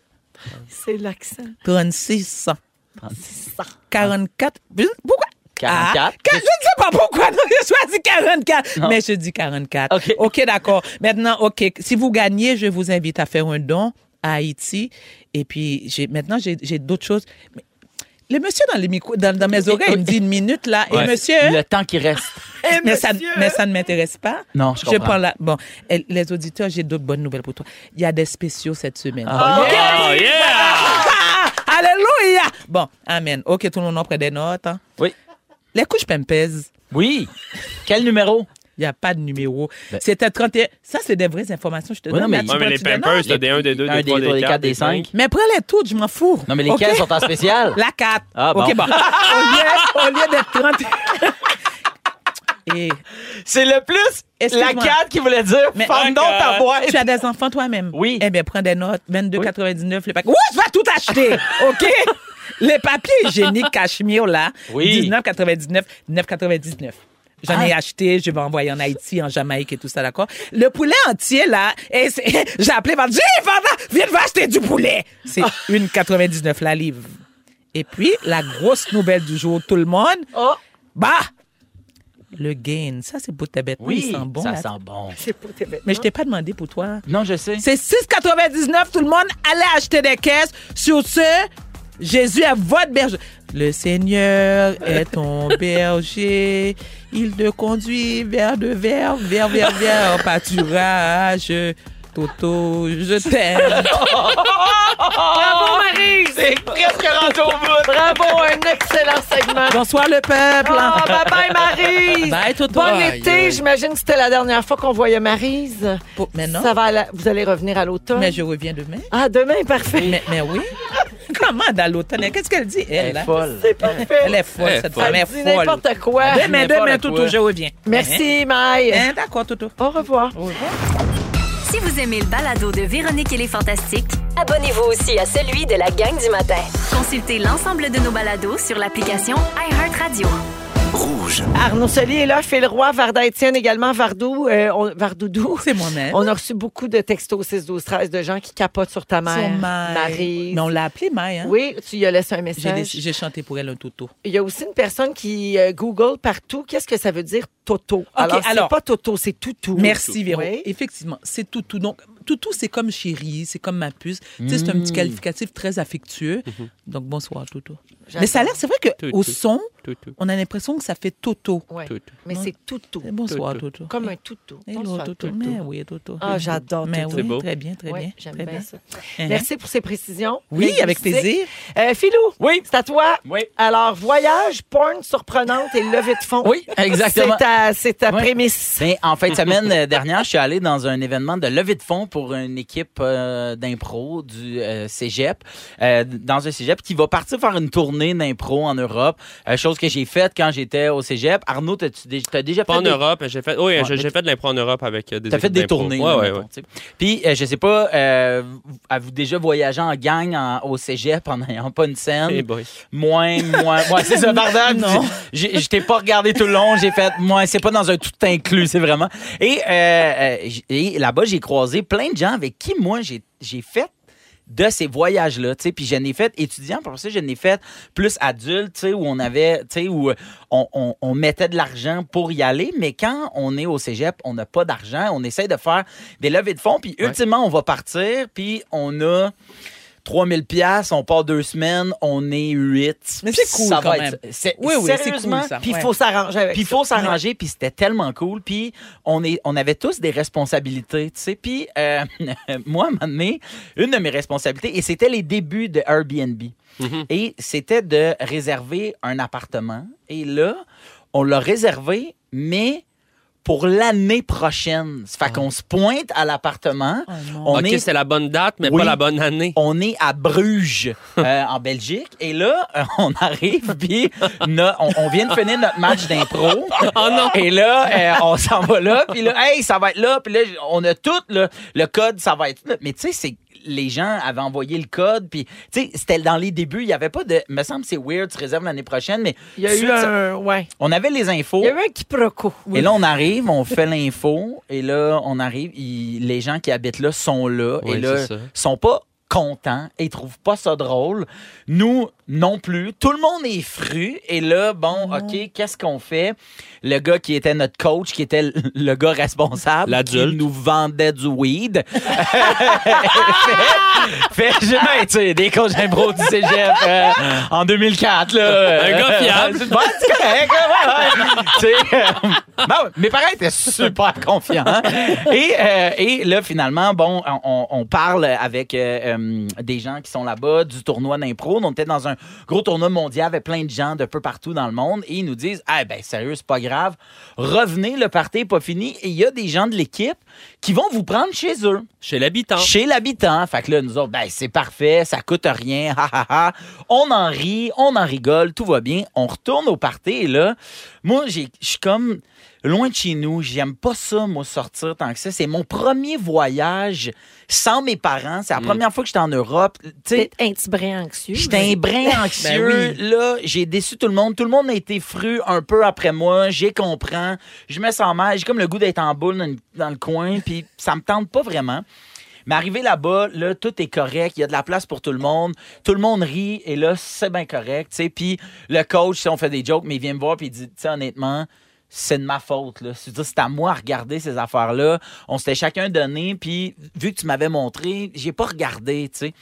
Speaker 10: C'est l'accent.
Speaker 16: 36 ans. 44. Pourquoi?
Speaker 12: 44.
Speaker 16: Ah, quar- je ne sais pas pourquoi non, j'ai choisi 44, mais je dis 44. OK, d'accord. Maintenant, OK, si vous gagnez, je vous invite à faire un don à Haïti. Et puis, j'ai, maintenant, j'ai, j'ai d'autres choses. Mais le monsieur dans, les micros, dans, dans mes oreilles, il me dit une minute, là.
Speaker 12: Ouais.
Speaker 16: Et monsieur...
Speaker 12: Le temps qui reste.
Speaker 16: mais, ça, mais ça ne m'intéresse pas.
Speaker 12: Non, je comprends.
Speaker 16: prends la- bon, eh, les auditeurs, j'ai d'autres bonnes nouvelles pour toi. Il y a des spéciaux cette semaine.
Speaker 12: Ah,
Speaker 16: OK?
Speaker 12: yeah! Oh,
Speaker 16: Ah, Alléluia! Bon, amen. OK, tout le monde en prend des notes. hein?
Speaker 12: Oui.
Speaker 16: Les couches pèse Oui.
Speaker 12: Quel numéro? Ben.
Speaker 16: Il n'y a pas de numéro. C'était 31. Ça, c'est des vraies informations, je te
Speaker 12: Oui, non,
Speaker 16: donne.
Speaker 12: mais-
Speaker 16: là, tu
Speaker 12: Ouais, mais
Speaker 16: prends-
Speaker 12: les
Speaker 16: tu donnes-
Speaker 12: Pampers,
Speaker 16: Non,
Speaker 12: t'as des un, des deux, des trois, des quatre, des cinq.
Speaker 16: Mais prends les toutes, je m'en fous.
Speaker 12: Non, mais
Speaker 16: OK?
Speaker 12: lesquels sont en spécial?
Speaker 16: La 4.
Speaker 12: Ah, bon.
Speaker 16: OK, bon. au lieu, au lieu d'être 31.
Speaker 12: C'est le plus la 4 qui voulait dire « Femme donc ta boîte! »
Speaker 16: Tu as des enfants toi-même. Oui. Eh bien, prends des notes. 22,99 les paquets. Oui, je vais tout acheter. OK? les papiers hygiéniques cachemire, là.
Speaker 12: Oui. Ah.
Speaker 16: 19,99. 9,99. J'en ai acheté, je vais envoyer en Haïti, en Jamaïque et tout ça, d'accord? Le poulet entier, là, et c'est- j'ai appelé, j'ai dit, Hey, Vanda, viens, va acheter du poulet! C'est
Speaker 12: Ah.
Speaker 16: 1,99 la livre. Et puis, la grosse nouvelle du jour, tout le monde.
Speaker 12: Oh.
Speaker 16: Bah! Le gain. Ça, c'est pour tes bêtes.
Speaker 12: Oui,
Speaker 16: Il sent bon,
Speaker 12: ça
Speaker 16: là.
Speaker 12: sent bon.
Speaker 10: C'est pour tes bêtements.
Speaker 16: Mais je t'ai pas demandé pour toi.
Speaker 12: Non, je sais.
Speaker 16: C'est 6,99. Tout le monde, allez acheter des caisses. Sur ce, Jésus est votre berger. Le Seigneur est ton berger. Il te conduit vers de vers, vers, vers, vers, en pâturage. Toto, je t'aime.
Speaker 10: Bravo, Marie!
Speaker 12: C'est presque rendu au bout.
Speaker 10: Bravo, un excellent segment.
Speaker 16: Bonsoir, le peuple.
Speaker 10: Ah, bye bye, Marie.
Speaker 16: Bye, Toto.
Speaker 10: Bon
Speaker 16: Aïe,
Speaker 10: été.
Speaker 16: aïe.
Speaker 10: J'imagine que c'était la dernière fois qu'on voyait Marise.
Speaker 16: Mais non.
Speaker 10: Ça va à la- Vous allez revenir à l'automne.
Speaker 16: Mais je reviens demain.
Speaker 10: Ah, demain, parfait.
Speaker 16: Mais, mais oui. Comment dans l'automne? Qu'est-ce qu'elle dit, elle?
Speaker 10: Elle est
Speaker 16: hein?
Speaker 10: folle. C'est parfait.
Speaker 16: Elle est folle,
Speaker 10: Elle est
Speaker 16: cette
Speaker 10: folle.
Speaker 16: femme. Elle est
Speaker 10: Elle
Speaker 16: folle.
Speaker 10: dit n'importe quoi. Elle dit
Speaker 16: Demain,
Speaker 10: n'importe
Speaker 16: demain,
Speaker 10: quoi.
Speaker 16: Toto, je reviens.
Speaker 10: Merci, Maï.
Speaker 16: Hein, D'accord, Toto.
Speaker 10: Au revoir.
Speaker 16: Au revoir.
Speaker 1: Si vous aimez le balado de Véronique et les Fantastiques,
Speaker 18: Abonnez-vous aussi à celui de la gang du matin.
Speaker 1: consultez l'ensemble de nos balados sur l'application iHeartRadio.
Speaker 10: Rouge. Arnaud Soli est là, Phil Roy, Varda Étienne également, Vardou, euh, on- Vardoudou.
Speaker 16: C'est moi-même.
Speaker 10: On a reçu beaucoup de textos au 6 12 13 de gens qui capotent sur ta mère.
Speaker 16: Sur Maï.
Speaker 10: Maryse.
Speaker 16: Mais on l'a appelée Maï, hein?
Speaker 10: Oui, tu y as laissé un
Speaker 16: J'ai
Speaker 10: message.
Speaker 16: laissé- J'ai chanté pour elle un Toto.
Speaker 10: Il y a aussi une personne qui euh, Google partout qu'est-ce que ça veut dire Toto. alors, c'est
Speaker 16: alors-
Speaker 10: pas Toto, c'est Toutou.
Speaker 16: Merci, Véro.
Speaker 10: Oui.
Speaker 16: Effectivement, c'est toutou. Donc, toutou, c'est comme chérie, c'est comme ma puce. Tu sais, C'est un petit
Speaker 10: Mm. Mm-hmm.
Speaker 16: qualificatif très affectueux. Donc, bonsoir, toutou.
Speaker 10: J'adore.
Speaker 16: Mais ça a l'air, c'est vrai
Speaker 10: Toutou.
Speaker 16: qu'au son,
Speaker 10: Toutou.
Speaker 16: on a l'impression que ça fait toto.
Speaker 10: Ouais. Mais c'est Toutou.
Speaker 16: Bonsoir, toutou.
Speaker 10: Comme un toutou.
Speaker 16: Hello,
Speaker 10: Bonsoir,
Speaker 16: toutou. Mais oui, toutou.
Speaker 10: Ah, j'adore
Speaker 16: Mais
Speaker 10: toutou.
Speaker 16: oui, C'est beau. très bien, très
Speaker 10: Ouais,
Speaker 16: bien,
Speaker 10: J'aime
Speaker 16: très
Speaker 10: bien
Speaker 16: bien.
Speaker 10: ça.
Speaker 16: Hein.
Speaker 10: Merci pour ces précisions.
Speaker 16: Oui, avec
Speaker 10: Linguistiques.
Speaker 16: plaisir.
Speaker 10: Euh, Philou, c'est à toi. Alors, voyage, porn surprenante et levée de fond.
Speaker 12: Oui, exactement.
Speaker 10: C'est ta, c'est ta
Speaker 12: Oui.
Speaker 10: prémisse.
Speaker 12: Ben, en fin de semaine euh, dernière, je suis allé dans un événement de levée de fonds pour une équipe euh, d'impro du euh, cégep, euh, dans un cégep qui va partir faire une tournée tournée d'impro en Europe, euh, chose que j'ai faite quand j'étais au cégep. Arnaud, t'as-tu dé- t'as déjà
Speaker 14: Pas
Speaker 12: fait
Speaker 14: en
Speaker 12: des-
Speaker 14: Europe, j'ai fait, oui,
Speaker 12: Ouais,
Speaker 14: j'ai- j'ai fait de l'impro en Europe avec euh, des
Speaker 12: T'as fait
Speaker 14: équipes
Speaker 12: des
Speaker 14: d'impro.
Speaker 12: tournées.
Speaker 14: Ouais,
Speaker 12: là,
Speaker 14: ouais,
Speaker 12: mettons,
Speaker 14: ouais.
Speaker 12: tu sais. Puis, euh, je sais pas, euh, avez-vous déjà voyagé en gang en- au cégep en n'ayant pas une scène?
Speaker 14: Eh boy.
Speaker 12: Moins, moins. Ouais, c'est ça, pardon. Non. Je t'ai pas regardé tout le long. J'ai fait, moi, c'est pas dans un tout inclus, c'est vraiment. Et, euh, euh, j- et là-bas, j'ai croisé plein de gens avec qui, moi, j'ai j'ai fait de ces voyages-là, tu sais, puis je n'ai fait étudiant, pour ça je n'ai fait plus adulte, tu sais, où on avait, tu sais, où euh, on, on- on mettait de l'argent pour y aller, mais quand on est au cégep, on n'a pas d'argent, on essaie de faire des levées de fonds, puis ultimement, on va partir, puis on a 3000 pièces, on part deux semaines, on est huit.
Speaker 16: Mais c'est
Speaker 12: puis
Speaker 16: cool
Speaker 12: ça
Speaker 16: quand
Speaker 12: va
Speaker 16: même.
Speaker 12: être- c'est-
Speaker 16: Oui, oui, c'est cool,
Speaker 12: sérieusement,
Speaker 16: ça.
Speaker 12: puis
Speaker 16: Ouais.
Speaker 12: faut s'arranger avec
Speaker 16: Puis
Speaker 12: il faut s'arranger, puis c'était tellement cool. Puis on, est, on avait tous des responsabilités, tu sais. Puis euh, moi, à un moment donné, une de mes responsabilités, et c'était les débuts de Airbnb, et c'était de réserver un appartement. Et là, on l'a réservé, mais pour l'année prochaine. Ça fait qu'on se pointe à l'appartement.
Speaker 7: Ah,
Speaker 12: on
Speaker 14: OK, c'est la bonne date, mais pas la bonne année.
Speaker 12: On est à Bruges, euh, en Belgique. Et là, euh, on arrive, puis no- on, on vient de finir notre match d'impro.
Speaker 3: Oh
Speaker 12: Et là, euh, on s'en va là, puis là, hey, ça va être là, puis là, j- on a tout, là, le code, ça va être là. Mais tu sais, c'est les gens avaient envoyé le code, puis tu sais, c'était dans les débuts, il n'y avait pas de... me semble que c'est weird, tu réserves l'année prochaine, mais...
Speaker 3: Il y a
Speaker 12: tout de
Speaker 3: eu
Speaker 12: suite, ça-
Speaker 3: un. Ouais.
Speaker 12: on avait les infos.
Speaker 3: Il y a eu un quiproquo.
Speaker 12: Et là, on arrive, on fait l'info, et là, on arrive, il- les gens qui habitent là sont là,
Speaker 14: Oui,
Speaker 12: et là,
Speaker 14: c'est ça.
Speaker 12: sont pas contents, et ils trouvent pas ça drôle. Nous, non plus. Tout le monde est fru, et là, bon,
Speaker 14: Ah.
Speaker 12: OK, qu'est-ce qu'on fait? Le gars qui était notre coach, qui était le- le gars responsable, qui nous vendait du weed, fait, fait- ben, tu sais, des coachs d'impro du cégep euh, en 2004, là.
Speaker 14: Un gars fiable.
Speaker 12: Ouais, c'est correct, ouais, ouais. Tu sais, euh, bon, mes parents étaient super confiants. Et, euh, et là, finalement, bon, on- on, on parle avec euh, euh, des gens qui sont là-bas du tournoi d'impro. On était dans un gros tournoi mondial avec plein de gens de peu partout dans le monde. Et ils nous disent, ah ben sérieux, c'est pas grave. Revenez, le party n'est pas fini. Et il y a des gens de l'équipe qui vont vous prendre chez eux.
Speaker 14: Chez l'habitant.
Speaker 12: Chez l'habitant. Fait que là, nous autres, ben, c'est parfait, ça coûte rien, ha, ha, ha. On en rit, on en rigole, tout va bien. On retourne au party et là, moi, j'ai- je suis comme loin de chez nous. J'aime pas ça, moi, sortir tant que ça. C'est mon premier voyage sans mes parents. C'est la
Speaker 3: Mm.
Speaker 12: première fois que j'étais en Europe. Tu sais,
Speaker 10: un petit brin anxieux.
Speaker 12: J'étais un brin anxieux.
Speaker 10: Ben
Speaker 12: Là, j'ai déçu tout le monde. Tout le monde a été fru un peu après moi. J'ai comprends. Je me sens mal. J'ai comme le goût d'être en boule dans, dans le coin. Puis ça me tente pas vraiment. Mais arrivé là-bas, là, tout est correct. Il y a de la place pour tout le monde. Tout le monde rit. Et là, c'est bien correct. tu sais. Puis le coach, si on fait des jokes, mais il vient me voir puis il dit, tu sais, honnêtement, c'est de ma faute. Là. C'est-à-dire, c'est à moi à regarder ces affaires-là. On s'était chacun donné, puis vu que tu m'avais montré, j'ai pas regardé, tu sais.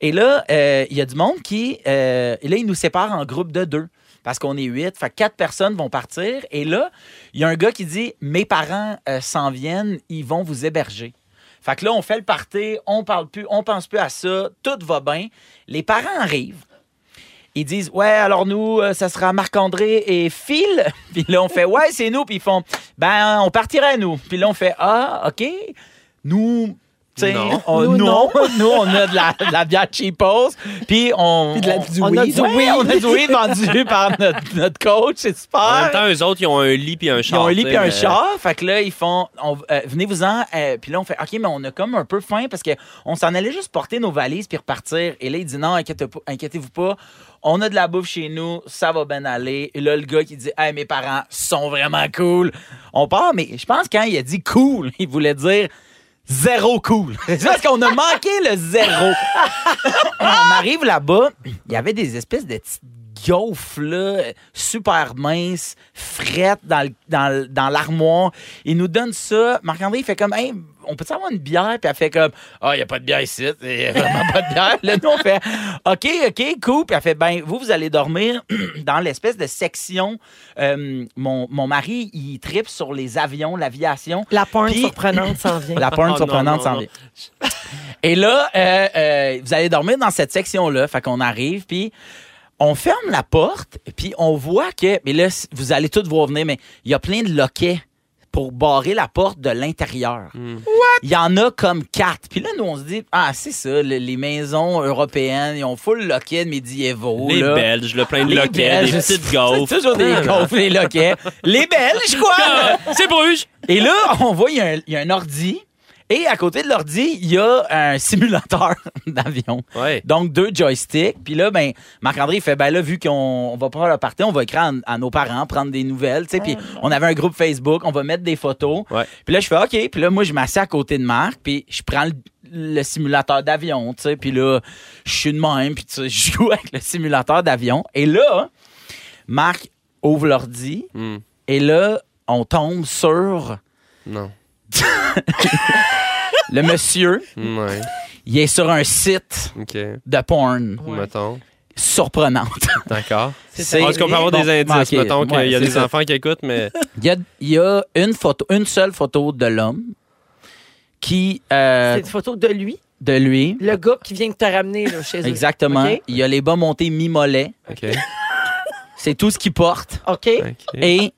Speaker 12: Et là, euh, il y a du monde qui... euh, et là, ils nous séparent en groupe de deux. Parce qu'on est huit, fait que quatre personnes vont partir. Et là, il y a un gars qui dit Mes parents euh, s'en viennent, ils vont vous héberger. Fait que là, on fait le party, on parle plus, on pense plus à ça, tout va bien. Les parents arrivent. Ils disent ouais alors nous euh, ça sera Marc André et Phil puis là on fait ouais c'est nous puis ils font ben on partirait nous puis là on fait ah ok nous tu sais,
Speaker 14: Non.
Speaker 12: on-
Speaker 14: Nous,
Speaker 12: nous,
Speaker 14: non.
Speaker 12: nous, on a de la, de la bière cheapos puis on
Speaker 14: Puis de la-
Speaker 12: on-
Speaker 14: du
Speaker 12: on a
Speaker 14: weed.
Speaker 12: du weed
Speaker 14: Ouais.
Speaker 12: on a du weed vendu par notre, notre coach c'est super
Speaker 14: En même temps, eux autres, ils ont un lit puis un
Speaker 12: ils
Speaker 14: char.
Speaker 12: ont un
Speaker 14: tu
Speaker 12: lit puis
Speaker 14: sais,
Speaker 12: un
Speaker 14: mais-
Speaker 12: char. Fait que là, ils font on- euh, venez-vous-en. euh, puis là, on fait OK, mais on a comme un peu faim parce qu'on s'en allait juste porter nos valises puis repartir. Et là, il dit non, inquiète pas- inquiétez-vous pas. On a de la bouffe chez nous, ça va bien aller. Et là, le gars qui dit Hey, mes parents sont vraiment cool. On part, mais je pense que quand il a dit cool, il voulait dire zéro cool. C'est parce qu'on a manqué le zéro. on arrive là-bas, il y avait des espèces de petites gaufres, là, super minces, frettes dans, le- dans, le- dans l'armoire. Il nous donne ça. Marc-André, il fait comme, hey, on peut avoir une bière? Puis elle fait comme, ah, il n'y a pas de bière ici. Il n'y a vraiment pas de bière. Là, nous, on fait, OK, OK, cool. Puis elle fait, ben, vous, vous allez dormir dans l'espèce de section. Euh, mon, mon mari, il tripe sur les avions, l'aviation.
Speaker 3: La porn
Speaker 12: Puis-
Speaker 3: surprenante s'en vient.
Speaker 12: La porn
Speaker 3: Oh, non,
Speaker 12: surprenante
Speaker 3: non,
Speaker 12: s'en
Speaker 3: non.
Speaker 12: vient. Et là, euh, euh, vous allez dormir dans cette section-là. Fait qu'on arrive, puis on ferme la porte, puis on voit que... Mais là, c- vous allez tous voir venir, mais il y a plein de loquets pour barrer la porte de l'intérieur.
Speaker 14: Hmm.
Speaker 12: Il y en a comme quatre. Puis là, nous, on se dit, ah, c'est ça, le- les maisons européennes, ils ont full loquet médiévaux.
Speaker 14: euh, Les
Speaker 12: là.
Speaker 14: Belges, le plein de
Speaker 12: Les
Speaker 14: loquets,
Speaker 12: Belges,
Speaker 14: des petites gaufres.
Speaker 12: C'est toujours des
Speaker 14: Ah, non.
Speaker 12: gaufres, les loquets. les Belges, quoi!
Speaker 14: C'est Bruges!
Speaker 12: Et là, on voit, il y a un- il y, a un ordi. Et à côté de l'ordi, il y a un simulateur d'avion. Donc, deux joysticks. Puis là, ben, Marc-André, il fait, ben là, vu qu'on on va pas leur partir, on va écrire à, à nos parents, prendre des nouvelles. tu sais. Puis on avait un groupe Facebook, on va mettre des photos. Puis là, je fais, OK. Puis là, moi, je m'assieds à côté de Marc, puis je prends le, le simulateur d'avion. tu sais. Puis là, je suis de même, puis tu sais, je joue avec le simulateur d'avion. Et là, Marc ouvre l'ordi et là, on tombe sur. Non. le monsieur. Il est sur un site de porn. Mettons. Surprenante.
Speaker 14: D'accord. Ah, Est-ce qu'on peut avoir des indices?
Speaker 12: Bon, ok.
Speaker 14: Mettons qu'il
Speaker 12: Ouais,
Speaker 14: y a
Speaker 12: c'est
Speaker 14: des
Speaker 12: ça.
Speaker 14: enfants qui écoutent, mais.
Speaker 12: Il y a, il y a une, photo, une seule photo de l'homme qui. euh,
Speaker 3: C'est une photo de lui,
Speaker 12: de lui.
Speaker 3: le gars qui vient de te ramener là, chez eux.
Speaker 12: Exactement.
Speaker 3: OK?
Speaker 12: Il y a les bas montés mi-mollet. C'est tout ce qu'il porte.
Speaker 3: OK.
Speaker 12: Et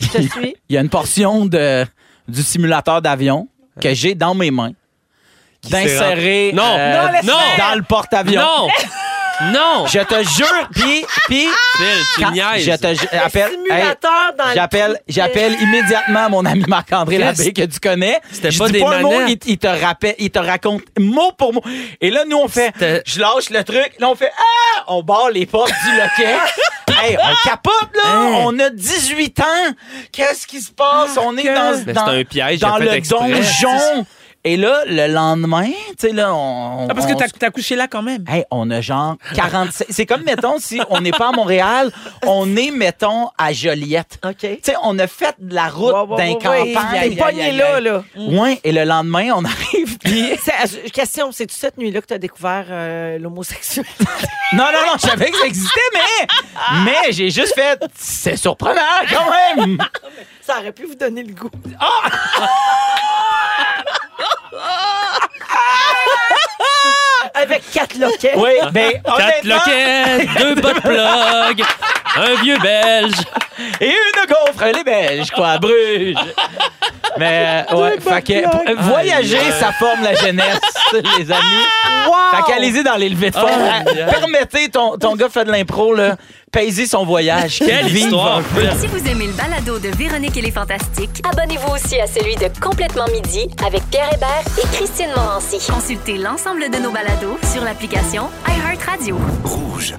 Speaker 3: Je suis.
Speaker 12: il y a une portion de, du simulateur d'avion que j'ai dans mes mains d'insérer
Speaker 15: s'est rempli.
Speaker 7: Euh,
Speaker 16: euh,
Speaker 15: Non, non, laisse faire.
Speaker 12: dans le porte-avions.
Speaker 15: Non.
Speaker 12: Non! Je te jure, puis, puis,
Speaker 14: tu
Speaker 12: quand-
Speaker 14: niaises.
Speaker 12: je te ju-
Speaker 14: Le
Speaker 12: appelle,
Speaker 14: simulateur dans le
Speaker 12: j'appelle,
Speaker 14: cockpit.
Speaker 12: j'appelle immédiatement mon ami Marc-André
Speaker 14: Qu'est-ce-
Speaker 12: Labbé que tu connais.
Speaker 14: C'était
Speaker 12: Je
Speaker 14: pas
Speaker 12: dis
Speaker 14: des
Speaker 12: un mot,
Speaker 14: manettes.
Speaker 12: il, il te rappelle, il te raconte mot pour mot. Et là, nous, on fait, je lâche le truc, là, on fait, ah, on barre les portes du loquet. hey, on capote, là!
Speaker 14: Hein?
Speaker 12: On a 18 ans! Qu'est-ce qui se passe? on est dans,
Speaker 14: Mais
Speaker 12: dans-
Speaker 14: Ah, Ben, c'est un piège,
Speaker 12: dans
Speaker 14: j'ai fait
Speaker 12: le
Speaker 14: exprès.
Speaker 12: donjon. Et là, le lendemain, tu sais, là, on.
Speaker 16: Ah, parce que
Speaker 12: on
Speaker 16: t'as- t'as couché là quand même.
Speaker 12: Hey, on a genre 45. C'est comme, mettons, si on n'est pas à Montréal, on est, mettons, à Joliette.
Speaker 3: OK.
Speaker 12: Tu sais, on a fait de la route
Speaker 3: ouais,
Speaker 12: d'un
Speaker 3: ouais, ouais, t'es
Speaker 12: campagne.
Speaker 3: pogné là, là. Mm.
Speaker 12: Ouais, et le lendemain, on arrive. puis-
Speaker 3: C'est- euh, Question, c'est-tu cette nuit-là que tu as découvert euh, l'homosexualité?
Speaker 12: Non, non, non, je savais que ça existait, mais. Mais j'ai juste fait. C'est surprenant, quand même!
Speaker 3: Ça aurait pu vous donner le goût. Avec quatre loquets.
Speaker 12: Oui, ben,
Speaker 14: Quatre
Speaker 12: honnêtement-
Speaker 14: loquettes, deux bottes plugs, un vieux belge.
Speaker 12: Et une gaufre, les belges, quoi, à Bruges. Mais, euh, ouais, fait que, pour- euh, voyager,
Speaker 15: Aïe, aïe.
Speaker 12: ça forme la jeunesse, les amis. Fait qu'allez-y dans les levées de fond.
Speaker 15: Aïe,
Speaker 12: Euh, Permettez, ton, ton gars fait de l'impro, là. Paisez son voyage.
Speaker 14: Quelle
Speaker 12: Vive.
Speaker 14: histoire.
Speaker 1: Si vous aimez le balado de Véronique et les Fantastiques,
Speaker 2: Abonnez-vous aussi à celui de Complètement Midi avec Pierre Hébert et Christine Morancy.
Speaker 1: consultez l'ensemble de nos balados sur l'application iHeartRadio.
Speaker 2: Rouge.